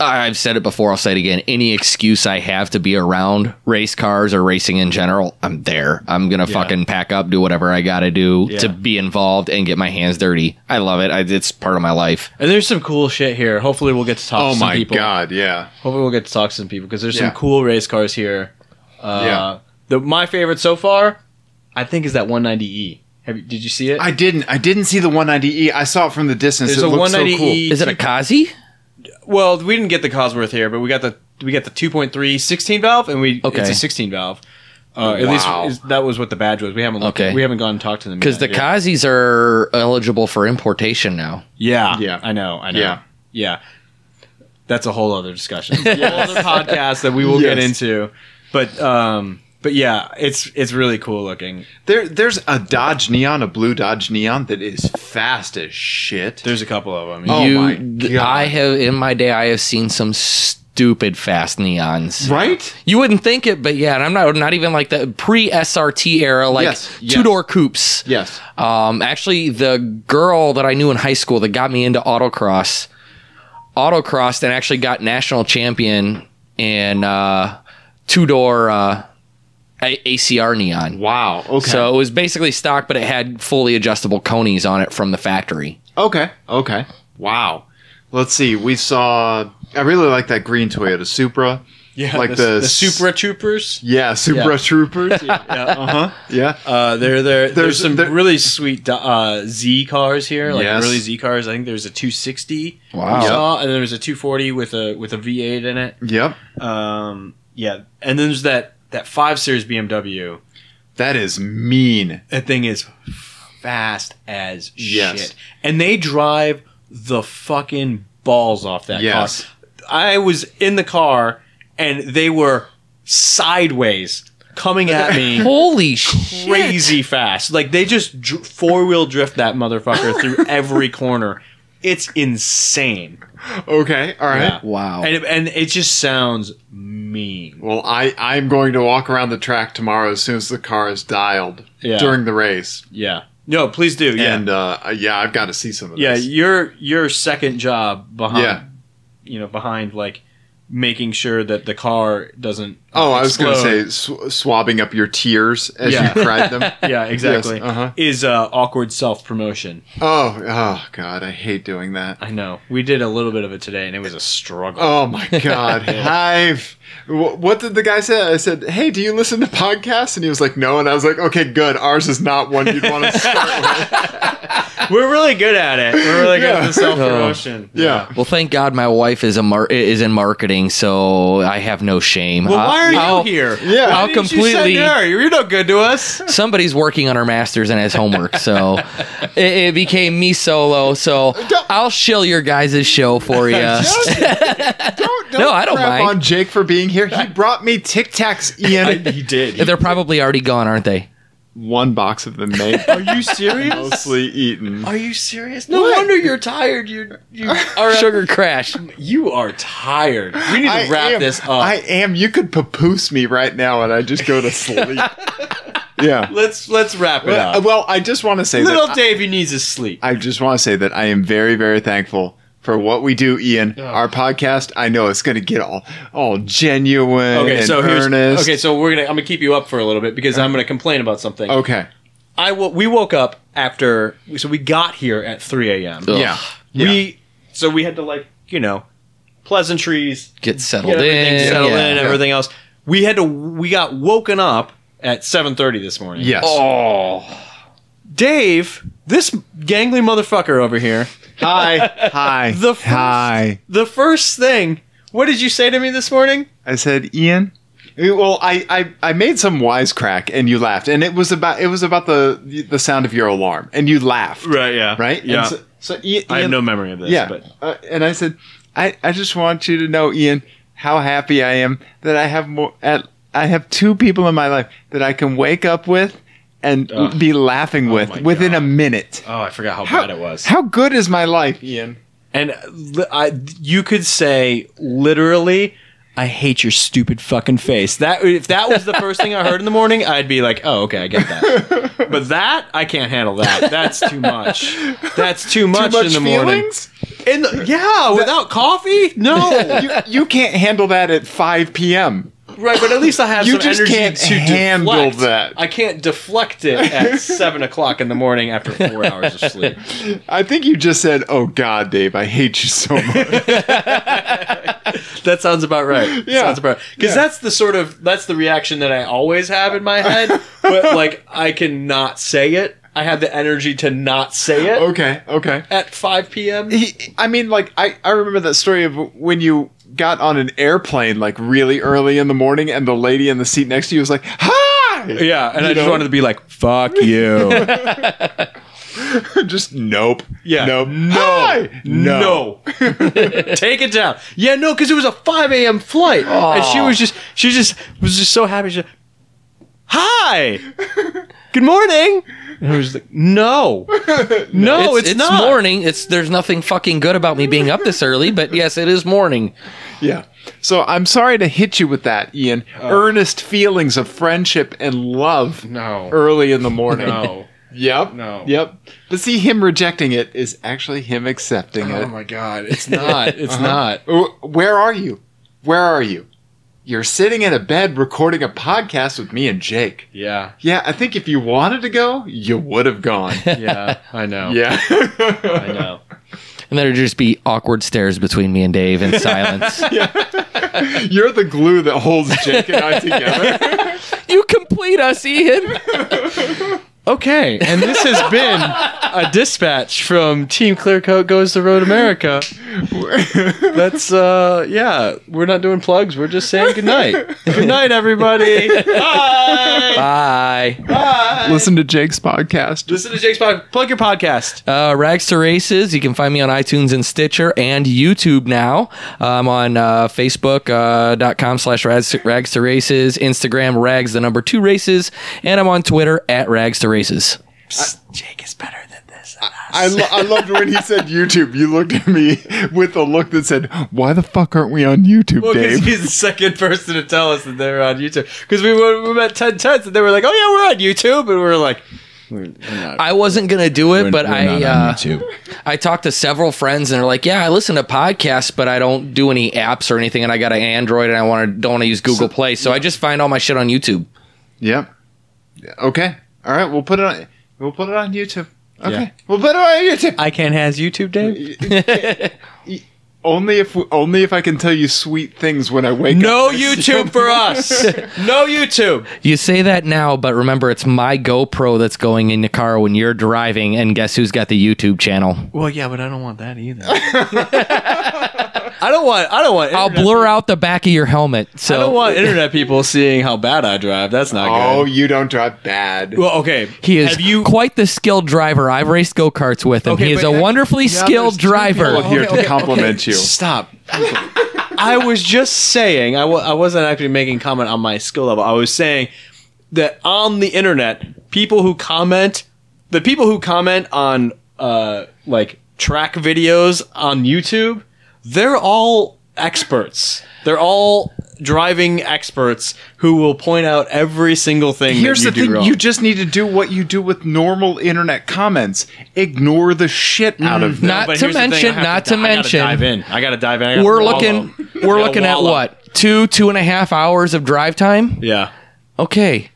I've said it before, I'll say it again. Any excuse I have to be around race cars or racing in general, I'm there. I'm going to fucking pack up, do whatever I got to do to be involved and get my hands dirty. I love it. I, it's part of my life. And there's some cool shit here. Hopefully, we'll get to talk Oh to some my people. god, yeah. Hopefully, we'll get to talk to some people because there's Yeah. some cool race cars here. Uh, Yeah. The, my favorite so far, I think, is that 190e. Have you, did you see it? I didn't I didn't see the 190E. I saw it from the distance. there's it a E looked so 190e. cool. Is it a Kazi? Well, we didn't get the Cosworth here, but we got the we got the 2.3 16 valve, and we Okay. it's a 16 valve. Uh, at least Wow. is, that was what the badge was. We haven't looked. Okay. We haven't gone and talked to them Because the yet. Kazis are eligible for importation now. yeah Yeah. I know I know Yeah. yeah yeah that's a whole other discussion whole other podcast that we will get Yes. into but um but yeah it's it's really cool looking There there's a Dodge Neon, a blue Dodge Neon that is fast as shit. there's a couple of them Oh you, my th- God. I have in my day, I have seen some stupid fast neons. right? You wouldn't think it, but yeah, and I'm not not even like the pre SRT era, like Yes, yes. two door coupes. Yes. Um, actually, the girl that I knew in high school that got me into autocross, autocrossed and actually got national champion in uh, two door uh, A- ACR neon. Wow. Okay. So it was basically stock, but it had fully adjustable conies on it from the factory. Okay. Okay. Wow. Let's see. We saw. I really like that green Toyota Supra. yeah like the, the the s- Supra Troopers Yeah, Supra Yeah. Troopers. Yeah. Uh huh. Yeah. uh there there There's- there's some there- really sweet uh Z cars here like Yes. really Z cars I think there's a 260 Wow. we saw, and then there's a 240 with a with a V8 in it Yep. um yeah and then there's that that 5 series BMW That is mean. That thing is fast as Yes. shit. And they drive the fucking balls off that Yes. car. I was in the car and they were sideways coming at me Holy shit! crazy fast. Like they just dr- four wheel drift that motherfucker through every corner. It's insane. Okay. All right. Yeah. Wow. And it, and it just sounds mean. Well, I I'm going to walk around the track tomorrow as soon as the car is dialed Yeah. during the race. Yeah. No, please do. Yeah. And uh, yeah, I've got to see some of yeah this. your your second job behind Yeah. you know behind like making sure that the car doesn't Oh, I was going to explode. say sw- swabbing up your tears as Yeah. you cried them. yeah exactly Yes, uh-huh. is uh, awkward self-promotion Oh, oh God, I hate doing that. i know we did a little bit of it today and it was a struggle Oh my god! I've wh- what did the guy say? I said, "Hey, do you listen to podcasts?" And he was like, "No." And I was like, "Okay, good. Ours is not one you'd want to start with." we're really good at it we're really good Oh. at Yeah. Oh. the self-promotion Yeah, Well, thank God my wife is a mar- is in marketing, so I have no shame. Uh, well why are you I'll- here yeah. I'll completely. you're no good to us Somebody's working on her masters and has homework, so it, it became me solo. So I'll shill your guys' show for you. don't, No, I don't crap mind. on Jake for being here. He brought me Tic Tacs, Ian. he did They're probably already gone, aren't they? one box of them, mate. are you serious Mostly eaten. are you serious no wonder you're tired you you are Sugar crash. Um, you are tired we need to I wrap am- this up I am. You could papoose me right now, and I just go to sleep. yeah. let's let's wrap it Well, up well, I just want to say that Little Davy needs his sleep. I just want to say that I am very, very thankful for what we do, Ian. Our podcast, I know it's going to get all all genuine Okay, and so here's earnest. okay. So we're gonna I'm gonna keep you up for a little bit because I'm gonna complain about something. okay. I wo- we woke up after so we got here at 3 a.m. Yeah. We so we had to like you know pleasantries, Get settled get everything in. settled yeah. in, everything else. We had to we got woken up at 7:30 this morning. Yes. Dave, this gangly motherfucker over here. Hi. Hi. The first- Hi. The first thing, what did you say to me this morning? I said, Ian. Well, I, I, I made some wisecrack and you laughed, and it was about it was about the the sound of your alarm, and you laughed, Right. Yeah. right? And Yeah. so, so I- Ian, I have no memory of this. Yeah. But Uh, and I said, I, I just want you to know, Ian, how happy I am that I have more at I have two people in my life that I can wake up with and be laughing with Oh my within a God. minute. oh, I forgot how, bad it was. How good is my life, Ian? And li- I, you could say literally, I hate your stupid fucking face. That if that was the first thing I heard in the morning, I'd be like, oh, okay, I get that. but that I can't handle that. That's too much. That's too much, in the morning. In the, yeah, without coffee, no. you, you can't handle that at 5 p.m. right, but at least I have You some just energy can't to handle deflect. that. I can't deflect it at seven o'clock in the morning after four hours of sleep. I think you just said, "Oh God, Dave, I hate you so much." That sounds about right. Yeah. sounds about because that's the sort of that's the reaction that I always have in my head, but like I cannot say it. I have the energy to not say it okay, okay. at 5 p.m. He, I mean, like I, I remember that story of when you got on an airplane like really early in the morning, and the lady in the seat next to you was like, "Hi," Yeah, and I know? to be like, "Fuck you." just nope. Yeah. nope. No. Hi! no. Take it down. Yeah, no, because it was a 5 a.m. flight, and she was just she just was just so happy. She, hi, good morning. And I was like, no, no, it's, not. morning. It's there's nothing fucking good about me being up this early, but yes, it is morning. Yeah. So I'm sorry to hit you with that, Ian. Oh. Earnest feelings of friendship and love. No. Early in the morning. No. Yep. No. Yep. But see, him rejecting it is actually him accepting it. Oh my god. Uh-huh. It's Not. It's not. Wh- Where are you? Where are you? You're sitting in a bed recording a podcast with me and Jake. Yeah. Yeah, I think if you wanted to go, you would have gone. Yeah. I know. yeah. I know. And there'd just be awkward stares between me and Dave in silence. You're the glue that holds Jake and I together. you complete us, Ian. Okay, and this has been a dispatch from Team Clearcoat Goes to Road America. That's uh yeah, we're not doing plugs, we're just saying goodnight. Good night everybody. Bye. Bye. Listen to Jake's podcast. Listen to Jake's podcast. Plug your podcast. Uh, Rags to Races. You can find me on iTunes and Stitcher and YouTube now. I'm on uh, Facebook.com uh, .com slash rags rags to races, Instagram rags the number two races, and I'm on Twitter at rags to races. I, lo- I loved when he said YouTube. You looked at me with a look that said, "Why the fuck aren't we on YouTube, Because Dave?" he's the second person to tell us that they're on YouTube. Because we, were- we met 10 Tents and they were like, oh yeah, we're on YouTube. And we were like, I wasn't gonna do it, but I uh, YouTube. I talked to several friends and they're like, "Yeah, I listen to podcasts, but I don't do any apps or anything, and I got an Android and I want to don't want to use Google Play, so I just find all my shit on YouTube." Yep. Okay. All right. We'll put it on. We'll put it on YouTube. Okay. We'll put it on YouTube. I can't has YouTube, Dave. Only if only if I can tell you sweet things when I wake up. no YouTube for us. No YouTube. You say that now, but remember, it's my GoPro that's going in the car when you're driving, and guess who's got the YouTube channel? Well, yeah, but I don't want that either. I don't want, I don't want, I'll internet- blur out the back of your helmet. So I don't want internet people seeing how bad I drive. That's not Oh, good. you don't drive bad. Well, okay. He is Have you? quite the skilled driver. I've raced go karts with him. Okay, he is but- a wonderfully there's skilled two people driver. here to compliment you. Stop. I was just saying. I w- I wasn't actually making comment on my skill level. I was saying that on the internet, people who comment, the people who comment on uh, like track videos on YouTube, they're all experts. They're all driving experts who will point out every single thing. that Here's you the do thing: wrong. you just need to do what you do with normal internet comments. Ignore the shit out of them. Not But to here's the thing, I mention, have not di- to I gotta mention, dive in. I gotta dive in. I gotta we're wallow. looking, I we're gotta looking at wallow. what two, two and a half hours of drive time. Yeah. Okay,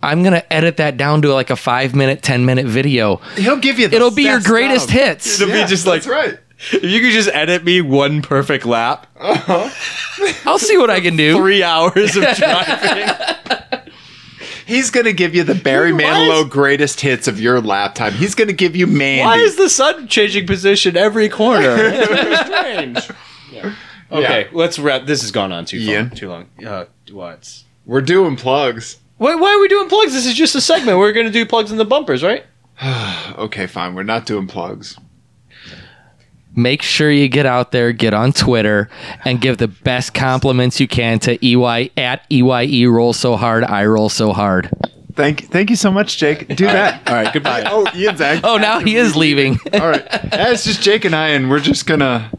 I'm gonna edit that down to like a five minute, ten minute video. He'll give you. The It'll be your best greatest job. hits. It'll be just like That's right. if you could just edit me one perfect lap, I'll see what I can do. three hours of driving. He's gonna give you the Barry Manilow greatest hits of your lap time. He's gonna give you Mandy. Why is the sun changing position every corner? It's very strange. Okay, let's wrap. This has gone on too Ian? long. Too long. Uh, what? We're doing plugs. Why, why are we doing plugs? This is just a segment. We're going to do plugs in the bumpers, right? Okay, fine. We're not doing plugs. Make sure you get out there, get on Twitter, and give the best compliments you can to EY at EYE roll so hard, I roll so hard. Thank, thank you so much, Jake. Do that. All right, goodbye. Oh, Ian's act. Oh, now he is leaving. All right. That's just Jake and I, and we're just gonna